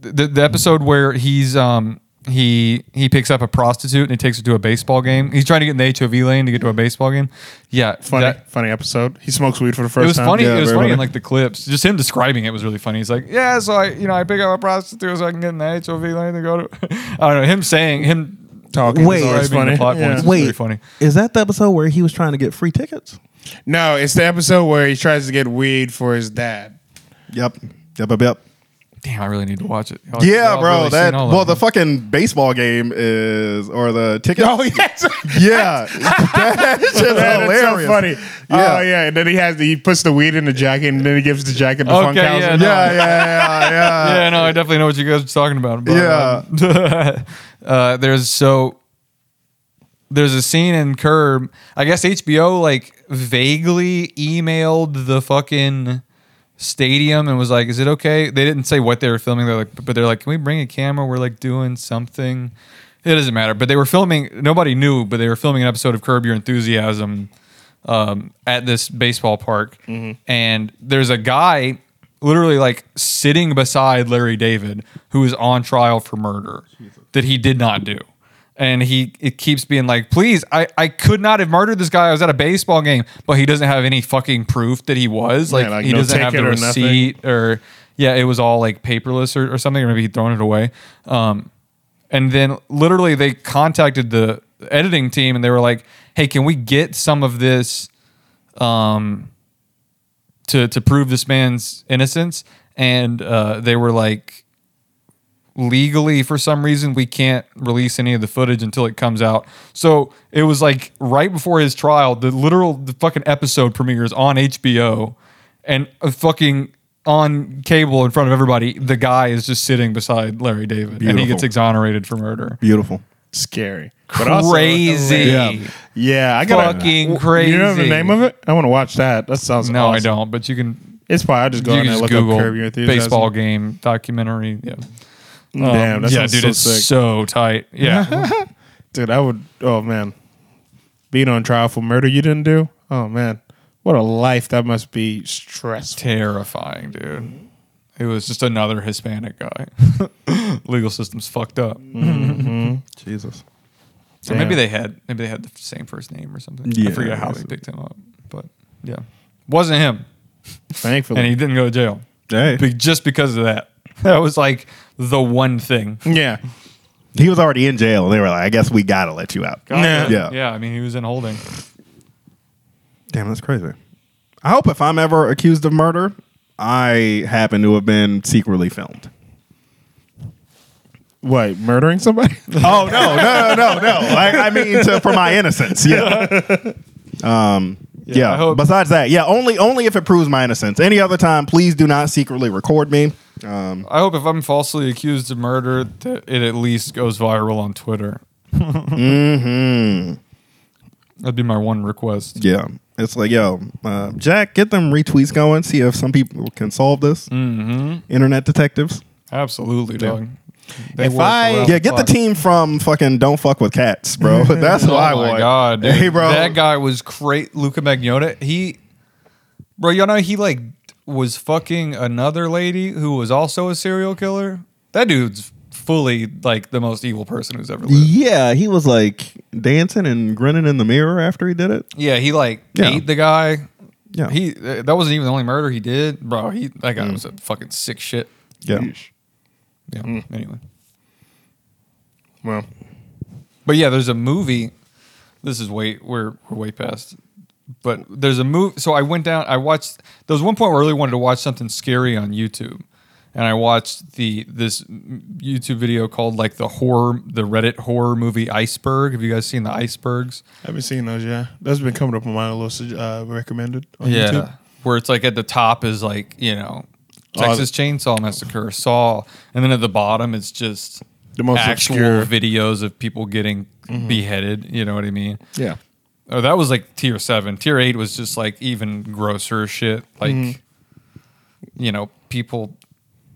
S1: the the episode where he's um he he picks up a prostitute and he takes her to a baseball game. He's trying to get in the HOV lane to get to a baseball game. Yeah,
S2: Funny,
S1: that-
S2: funny episode. He smokes weed for the first
S1: it was
S2: time.
S1: funny.
S3: Yeah,
S1: it was
S3: very
S1: funny, in
S3: funny.
S1: like the clips. Just him describing it was really funny. He's like, "Yeah, so I, you know, I pick up a prostitute so I can get in the HOV lane to go to." I don't know. Him saying him
S2: talking.
S3: Wait.
S2: is always
S1: Describing the
S2: funny.
S1: plot points.
S2: Yeah.
S1: It's pretty funny.
S3: Is that the episode where he was trying to get free tickets?
S2: No, it's the episode where he tries to get weed for his dad.
S3: Yep. Yep. Yep. Yep.
S1: Damn, I really need to watch it. Y'all-
S5: Yeah,
S1: y'all
S5: bro.
S1: really
S5: that
S1: seen all
S5: well,
S1: of
S5: the
S1: them.
S5: fucking baseball game is or the ticket.
S2: Oh yes,
S5: yeah, that shit's
S2: Man, it's so
S5: hilarious.
S2: funny.
S5: Yeah.
S2: Oh yeah, and then he has the, he puts the weed in the jacket, and then he gives the jacket the
S1: Okay,
S2: funk house.
S1: yeah, no.
S5: Yeah, yeah, yeah, yeah.
S1: yeah, no, I definitely know what you guys are talking about. But, um, uh, there's so there's a scene in Curb. I guess HBO like vaguely emailed the fucking stadium and was like, "Is it okay?" They didn't say what they were filming. They're like, but they're like, "Can we bring a camera? We're like doing something." It doesn't matter. But they were filming. Nobody knew, but they were filming an episode of Curb Your Enthusiasm um, at this baseball park,
S2: Mm-hmm.
S1: and there's a guy literally like sitting beside Larry David, who is on trial for murder that he did not do. And he it keeps being like, please, I, I could not have murdered this guy. I was at a baseball game, but he doesn't have any fucking proof that he was. Like,
S2: like,
S1: he
S2: no
S1: doesn't have the
S2: ticket or nothing.
S1: receipt or yeah, it was all like paperless or, or something, or maybe he'd thrown it away. Um, and then literally they contacted the editing team and they were like, Hey, can we get some of this to to prove this man's innocence, and uh, they were like, legally for some reason we can't release any of the footage until it comes out. So it was like right before his trial, the literal the fucking episode premieres on HBO, and a fucking on cable in front of everybody. The guy is just sitting beside Larry David, and he
S3: Beautiful.
S1: gets exonerated for murder.
S3: Beautiful.
S2: Scary,
S1: Crazy.
S2: hilarious. yeah, I got
S1: Fucking
S2: You know the
S1: crazy.
S2: name of it? I want to watch that. That sounds
S1: No, I
S2: awesome.
S1: don't. But you can
S2: It's probably I'll just go
S1: you
S2: on
S1: can
S2: there and
S1: just
S2: look up Curb Your
S1: Google
S2: Enthusiasm.
S1: baseball game documentary. Yeah. Um,
S2: Damn, that
S1: yeah,
S2: sounds
S1: dude,
S2: so
S1: it's
S2: sick.
S1: so tight. Yeah,
S2: Dude, I would. Oh man, being on trial for murder you didn't do. Oh man, what a life that must be stressful.
S1: terrifying, dude. It was just another Hispanic guy. Legal system's fucked up.
S2: Mm-hmm.
S5: Jesus.
S1: So maybe they had maybe they had the same first name or something.
S3: Yeah,
S1: I forget how they
S3: it's-
S1: picked him up, but yeah, wasn't him,
S2: Thankfully,
S1: and he didn't go to jail
S3: Hey.
S1: Be- just because of that. That was like the one thing.
S2: yeah,
S3: He was already in jail. They were like, I guess we got to let you out.
S2: Yeah.
S3: Yeah.
S1: yeah. I mean, he was in holding.
S3: Damn, that's crazy. I hope if I'm ever accused of murder, I happen to have been secretly filmed.
S2: what murdering somebody?
S3: Oh no, no, no, no, no! I, I mean, to, for my innocence, yeah. Um,
S1: Yeah, I
S3: yeah.
S1: hope-
S3: Besides that, yeah, only only if it proves my innocence. Any other time, please do not secretly record me. Um,
S1: I hope if I'm falsely accused of murder, that it at least goes viral on Twitter.
S3: Mm-hmm.
S1: That'd be my one request.
S3: yeah, it's like, yo, uh, Jack, get them retweets going. See if some people can solve this. Mm-hmm. Internet detectives.
S1: Absolutely, dog. They
S2: If
S1: work
S2: I-
S1: around
S3: Yeah, get the
S1: clock.
S3: team from fucking Don't Fuck with Cats, bro. That's what
S1: Oh
S3: I
S1: my
S3: want.
S1: god, dude.
S3: hey, bro.
S1: that guy was great. Luca Magnotta, he, bro, you know he like was fucking another lady who was also a serial killer. That dude's fully like the most evil person who's ever lived.
S3: Yeah, he was like dancing and grinning in the mirror after he did it.
S1: Yeah, he like
S3: Yeah.
S1: ate the guy.
S3: Yeah. Mm.
S1: he uh, that wasn't even the only murder he did, bro. He that guy was a fucking sick shit.
S3: Yeah.
S1: Yeah.
S3: Mm.
S1: Anyway.
S2: well,
S1: But yeah, there's a movie. This is way we're we're way past. But there's a movie. So I went down. I watched. There was one point where I really wanted to watch something scary on YouTube, and I watched the this YouTube video called like the horror, the Reddit horror movie Iceberg. Have you guys seen the icebergs?
S2: I haven't seen those. Yeah, that's been coming up on my little sug- uh, recommended on YouTube.
S1: Where it's like at the top is like you know Texas Chainsaw Massacre, Saw, and then at the bottom it's just
S2: The most
S1: actual
S2: obscure. Mm-hmm.
S1: videos of people getting beheaded. You know what I mean?
S2: Yeah,
S1: Oh, that was like tier seven. Tier eight was just like even grosser shit. Like, you know, people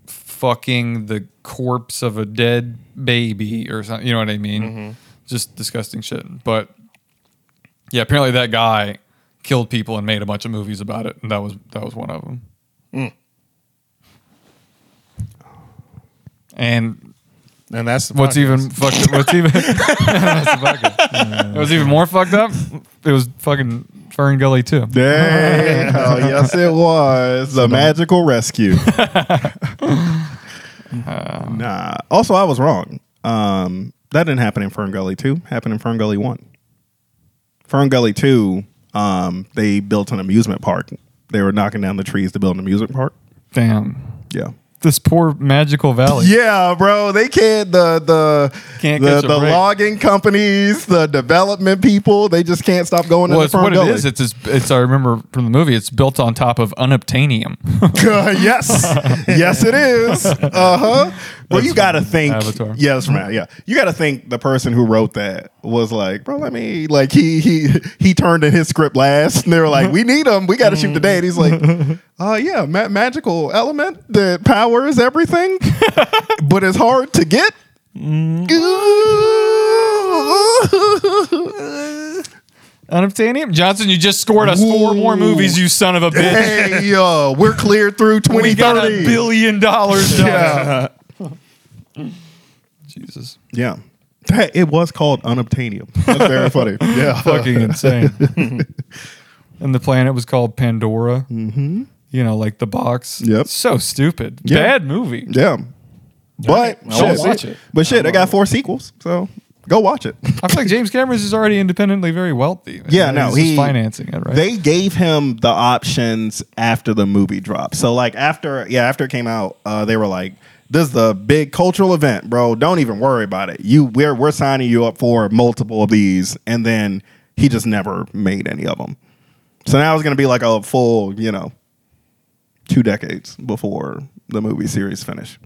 S1: fucking the corpse of a dead baby or something. You know what I mean? Just disgusting shit. But yeah, apparently that guy killed people and made a bunch of movies about it, and that was that was one of them. And
S2: and that's the
S1: What's
S2: podcast.
S1: even fucked up? What's even? That's the fucking- what's even more fucked up? It was fucking Fern Gully too.
S3: Damn. Oh, yes, it was. The magical rescue. nah. Also, I was wrong. Um, That didn't happen in Fern Gully 2. Happened in Fern Gully 1. Fern Gully 2, um, they built an amusement park. They were knocking down the trees to build an amusement park.
S1: Damn.
S3: Yeah.
S1: This poor magical valley.
S3: Yeah, bro. They can't the the
S1: Can't
S3: the,
S1: catch a
S3: the
S1: break.
S3: logging companies, the development people. They just can't stop going
S1: Well,
S3: into
S1: it's
S3: Fern
S1: what
S3: Gully.
S1: it is. It's, it's it's I remember from the movie. It's built on top of unobtainium.
S3: Uh, yes, yes, it is. Uh huh. Well, you got to think.
S1: Avatar.
S3: Yeah, that's from Av- yeah. You got to think the person who wrote that was like, bro. Let me like he he he turned in his script last, and they were like, we need him. We got to shoot today. And he's like, uh yeah, ma- magical element that powers everything, but it's hard to get.
S1: Mm. unobtainium, Johnson. You just scored us four more movies. You son of a bitch.
S3: hey, yo, we're cleared through
S1: we
S3: twenty
S1: got a
S3: thirty.
S1: billion dollars. Done.
S3: Yeah,
S1: Jesus,
S3: yeah. That, it was called unobtainium. That's very funny. Yeah.
S1: fucking insane. and the planet was called Pandora. Mm-hmm. You know, like the box.
S3: Yep.
S1: So stupid.
S3: Yeah.
S1: Bad movie.
S3: Yeah. But
S1: I wanna
S3: shit,
S1: watch it.
S3: But shit, I got four sequels, so go watch it.
S1: I feel like James Cameron's is already independently very wealthy.
S3: Yeah, no,
S1: he's
S3: he-
S1: just financing it, right?
S3: They gave him the options after the movie dropped. So like after yeah, after it came out, uh, they were like, "This is the big cultural event, bro. Don't even worry about it. You we're we're signing you up for multiple of these." And then he just never made any of them. So now it's gonna be like a full, you know, two decades before the movie series finish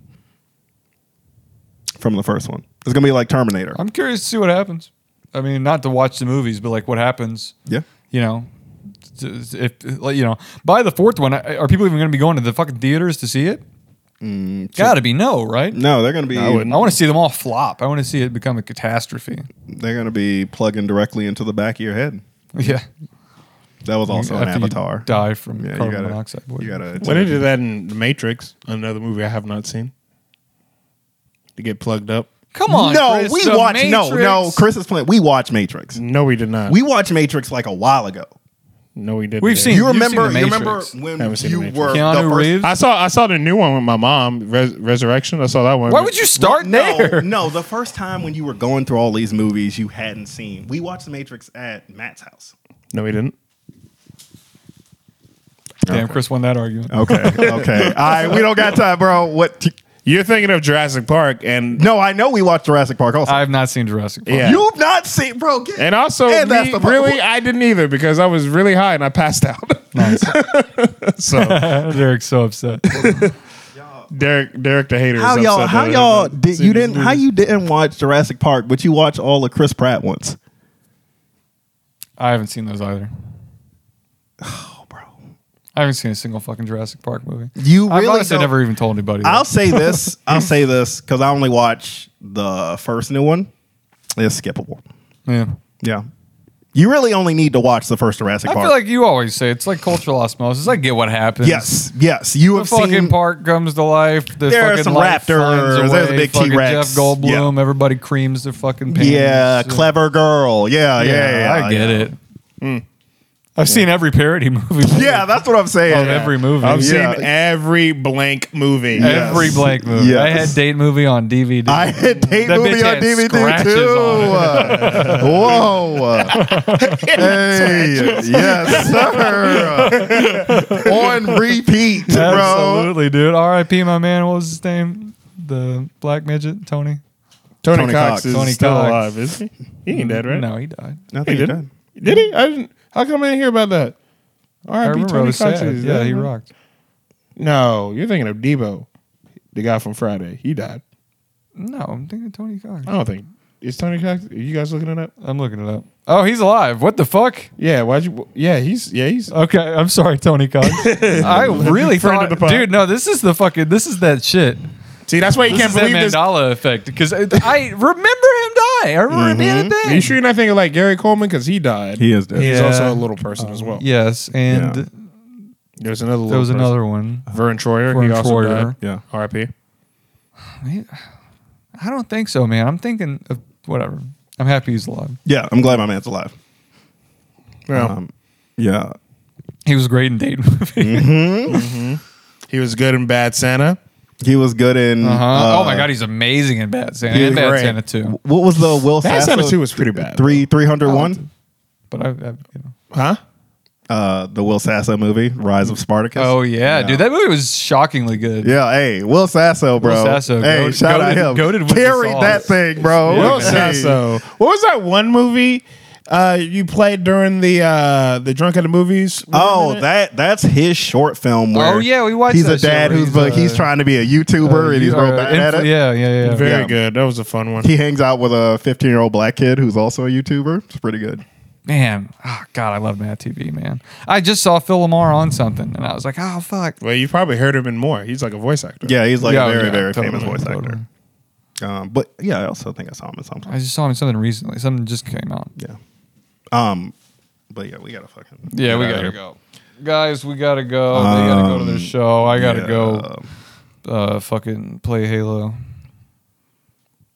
S3: from the first one. It's gonna be like Terminator.
S1: I'm curious to see what happens. I mean, not to watch the movies, but like what happens.
S3: Yeah.
S1: You know, t- if like, you know, by the fourth one, I- are people even going to be going to the fucking theaters to see it? Got to be no, right?
S3: Mm, No, they're gonna be
S1: I want to see them all flop. I want to see it become a catastrophe.
S3: they're gonna be plugging directly into the back of your head.
S1: Yeah.
S3: That was also an
S1: After you
S3: avatar.
S1: Die from
S3: yeah, you
S1: carbon
S3: gotta,
S1: monoxide.
S3: You gotta.
S2: When they did that in The Matrix, another movie I have not seen, to get plugged up.
S1: Come on.
S3: no,
S1: Chris,
S3: we
S1: The
S3: watch. No, no.
S1: Matrix.
S3: Chris is playing. We watch Matrix.
S2: No, we did not.
S3: We watched Matrix like a while ago.
S2: no, we didn't.
S1: We've seen-
S3: You
S1: You've
S3: remember?
S1: seen The
S3: You remember
S1: Matrix.
S3: when
S2: Haven't seen The
S3: you
S2: Matrix.
S3: were the
S1: Keanu
S3: first-
S1: Reeves.
S2: I saw. I saw the new one with my mom, Res- Resurrection. I saw that one.
S1: Why would you start
S3: No,
S1: there?
S3: no. The first time when you were going through all these movies you hadn't seen. We watched The Matrix at Matt's house.
S2: No, we didn't.
S1: Damn, Chris won that argument.
S3: Okay. Okay. I. We don't got time, bro. What? t-
S2: You're thinking of Jurassic Park, and
S3: no, I know we watched Jurassic Park also.
S1: I've not seen Jurassic Park.
S2: Yeah.
S3: You've not seen, bro. Get,
S2: and also
S3: And that's
S2: me-
S3: the part-
S2: really, I didn't either because I was really high and I passed out.
S1: Nice.
S2: so
S1: Derek's so upset.
S2: Derek, Derek the hater. is
S3: How
S2: upset
S3: y'all?
S2: that I
S3: How
S2: didn't
S3: y'all? Did,
S2: see
S3: you
S2: this
S3: didn't?
S2: movie.
S3: How you didn't watch Jurassic Park, but you watched all of Chris Pratt once,
S1: I haven't seen those either. Oh,
S3: bro.
S1: I haven't seen a single fucking Jurassic Park movie.
S3: You
S1: I've
S3: really
S1: honestly
S3: don't-
S1: never even told anybody.
S3: I'll
S1: That.
S3: say this. I'll say this because I only watch the first new one. It's skippable.
S1: Yeah.
S3: Yeah. You really only need to watch the first Jurassic
S1: I
S3: Park.
S1: feel like you always say it's like cultural osmosis. I get what happens.
S3: yes, yes. You
S1: The
S3: have
S1: fucking
S3: seen.
S1: park comes to life. The
S3: There are
S1: fucking
S3: some
S1: life
S3: raptors.
S1: finds
S3: There's a
S1: way.
S3: big
S1: Fucking
S3: T-Rex.
S1: Jeff Goldblum. Everybody creams their fucking pants.
S3: yeah, clever girl. Yeah, yeah, yeah.
S1: I get
S3: yeah. Mm.
S1: it. I've seen every parody movie.
S3: Yeah, that's what I'm saying.
S1: Of every movie.
S2: I've
S3: Yeah.
S2: seen every blank movie.
S1: Every
S3: Yes.
S1: blank movie.
S3: Yes.
S1: I had date movie on DVD.
S3: I had date
S1: That
S3: movie
S1: bitch
S3: on
S1: had
S3: DVD
S1: scratches
S3: too.
S1: on
S3: Whoa. hey, yes, sir. on repeat, bro.
S1: Absolutely, dude. R.I.P. My man. What was his name? The black midget, Tony.
S2: Tony,
S3: Tony
S2: Cox,
S3: Cox.
S2: is
S1: Tony
S2: still
S1: Cox.
S2: alive, is he? He ain't dead, right?
S1: No, he died.
S3: I
S2: he
S3: you're
S2: didn't. Did he? I didn't. How come I didn't hear about that?
S1: I
S2: R.I.P.
S1: remember. I
S2: Tony
S1: was
S2: Cox.
S1: sad.
S2: is
S1: Yeah,
S2: dead,
S1: he
S2: huh?
S1: rocked.
S2: No, you're thinking of Debo, the guy from Friday. He died.
S1: No, I'm thinking Tony Cox.
S2: I don't think is Tony Cox. Are you guys looking it up?
S1: I'm looking it up. Oh, he's alive. What the fuck?
S2: Yeah. Why'd you? Yeah, he's. Yeah, he's. uh,
S1: Okay, I'm sorry, Tony Cox. I really
S2: Friend
S1: thought,
S2: of the pod.
S1: dude. No, this is the fucking. This is that shit.
S2: See, that's why you
S1: This
S2: can't
S1: is that
S2: believe this.
S1: Mandala effect because I, I remember him die. I remember him being a thing.
S2: Are you sure you're not thinking like Gary Coleman because he died?
S3: He is dead.
S2: He's
S1: Yeah.
S2: also a little person as well.
S1: Yes, and
S3: Yeah.
S2: There was another.
S1: there was
S2: little
S1: another one.
S2: person. Vern Troyer.
S1: Vern
S2: he also
S1: Troyer.
S2: died.
S3: Yeah.
S2: R.I.P.
S1: I don't think so, man. I'm thinking of whatever. I'm happy he's alive.
S3: Yeah, I'm glad my man's alive.
S2: Yeah.
S3: Um, yeah.
S1: He was great in Dayton movie.
S2: he was good in Bad Santa.
S3: He was good in.
S1: Uh-huh.
S3: uh,
S1: oh my god, he's amazing in Bad Santa.
S3: he
S1: And
S3: was
S1: Bad
S2: great.
S1: Santa too.
S3: What was the Will
S2: Bad
S3: Sasso?
S2: Santa 2 was pretty bad,
S3: Three three hundred
S1: Oh.
S3: one.
S1: But I, I you know.
S2: Huh?
S3: Uh, the Will Sasso movie, Rise of Spartacus.
S1: Oh yeah, dude, that movie was shockingly good.
S3: Yeah, hey, Will Sasso, bro.
S1: Sasso,
S3: hey,
S1: goat-
S3: shout
S1: goated-
S3: out him.
S1: goated with the
S3: Carried
S1: sauce.
S3: that thing, bro.
S2: Will
S3: Hey.
S2: Sasso. What was that one movie uh, you played during the uh, the drunk at the movies?
S3: Oh, that that's his short film. Where
S1: Oh, yeah, we watched
S3: He's
S1: that
S3: a
S1: shit
S3: dad
S1: where
S3: who's
S1: he's,
S3: but
S1: uh,
S3: he's trying to be a
S1: Uh,
S3: YouTuber and he's
S1: you
S3: real
S1: are
S3: bad
S1: inf-
S3: at it.
S1: Yeah, yeah, yeah.
S2: very
S3: yeah.
S2: good. That was a fun one.
S3: He hangs out with a 15 year old black kid who's also a YouTuber. It's pretty good.
S1: Man, oh, God, I love Mad TV, man. I just saw Phil Lamar on something, and I was like, oh fuck.
S2: Well, you probably heard him in more. He's like a voice actor.
S3: Yeah, he's like
S1: Yeah, oh,
S3: a very
S1: yeah,
S3: very
S1: totally,
S3: famous voice
S1: totally.
S3: actor. Um, but yeah, I also think I saw him in something.
S1: I just saw him in something recently. Something just came out.
S3: Yeah. Um, but yeah, we gotta fucking
S1: Yeah, we
S3: get
S1: gotta
S3: outta Um, here.
S1: go. Guys, we gotta go. they gotta go to their show. I gotta
S3: Yeah.
S1: go uh, fucking play Halo.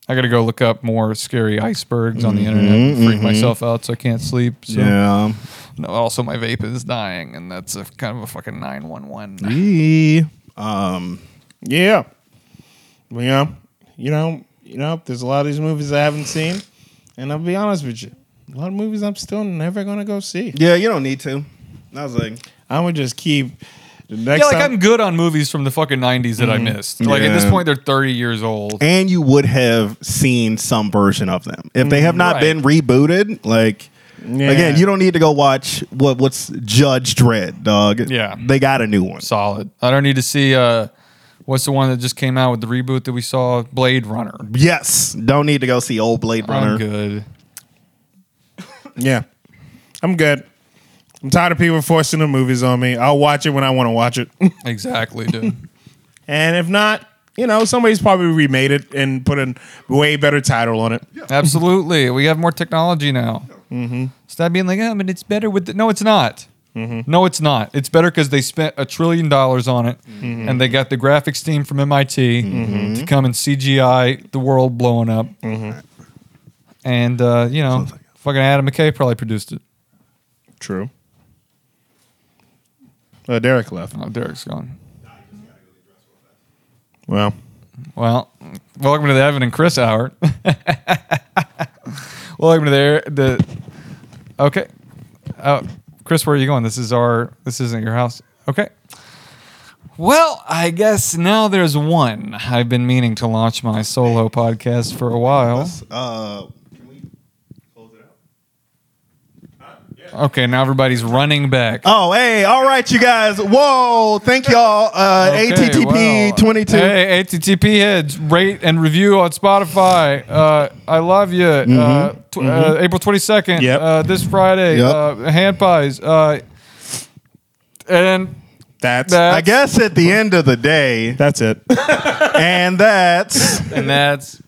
S1: I gotta go look up more scary icebergs on the internet and freak myself out so I can't sleep. So.
S3: Mm-hmm, Yeah.
S1: No, also my vape is dying, and that's a kind of a fucking nine one one.
S3: Yee. Um.
S2: Yeah. Well, you know, you know, you know, there's a lot of these movies I haven't seen, and I'll be honest with you, a lot of movies I'm still never gonna go see.
S3: Yeah, you don't need to. I was like,
S2: I'm gonna just keep the next
S1: Yeah, like
S2: time.
S1: I'm good on movies from the fucking nineties that I missed. Like at this
S3: Mm-hmm. Yeah.
S1: point, they're thirty years old.
S3: and you would have seen some version of them if they have not
S1: Mm-hmm. Right.
S3: been rebooted. Like
S2: Yeah.
S3: again, you don't need to go watch what what's Judge Dredd, dog.
S1: Yeah.
S3: they got a new one.
S1: Solid. I don't need to see uh, what's the one that just came out with the reboot that we saw, Blade Runner.
S3: Yes, don't need to go see old Blade
S1: I'm
S3: Runner.
S1: good.
S2: yeah, I'm good. I'm tired of people forcing the movies on me. I'll watch it when I want to watch it,
S1: Exactly, dude.
S2: and if not, you know, somebody's probably remade it and put a way better title on it.
S1: Absolutely. We have more technology now. Stop being like, oh, but it's better with. The-. No, it's not. No, it's not. It's better because they spent a trillion dollars on it and they got the graphics team from MIT to come and CGI the world blowing up. And, uh, you know, fucking Adam McKay probably produced it.
S2: True. Uh, Derek left.
S1: Oh, Derek's gone.
S2: Well,
S1: Well, welcome to the Evan and Chris hour. welcome to the the. Okay, uh, Chris, where are you going? This is our. This isn't your house. Okay. Well, I guess now there's one. I've been meaning to launch my solo podcast for a while.
S3: Uh, can we close it out?
S1: Okay, now everybody's running back.
S3: Oh, hey, all right, you guys. Whoa, thank y'all. Uh,
S1: Okay,
S3: ATTP
S1: well.
S3: 22.
S1: Hey, ATTP heads, rate and review on Spotify. Uh, I love you. Uh, tw- uh, April 22nd,
S2: Yep.
S1: uh, this Friday,
S3: Yep.
S1: uh, hand pies. Uh, and
S2: that's
S1: that's,
S3: I guess at the end of the day,
S2: that's it.
S3: and that's.
S1: And that's.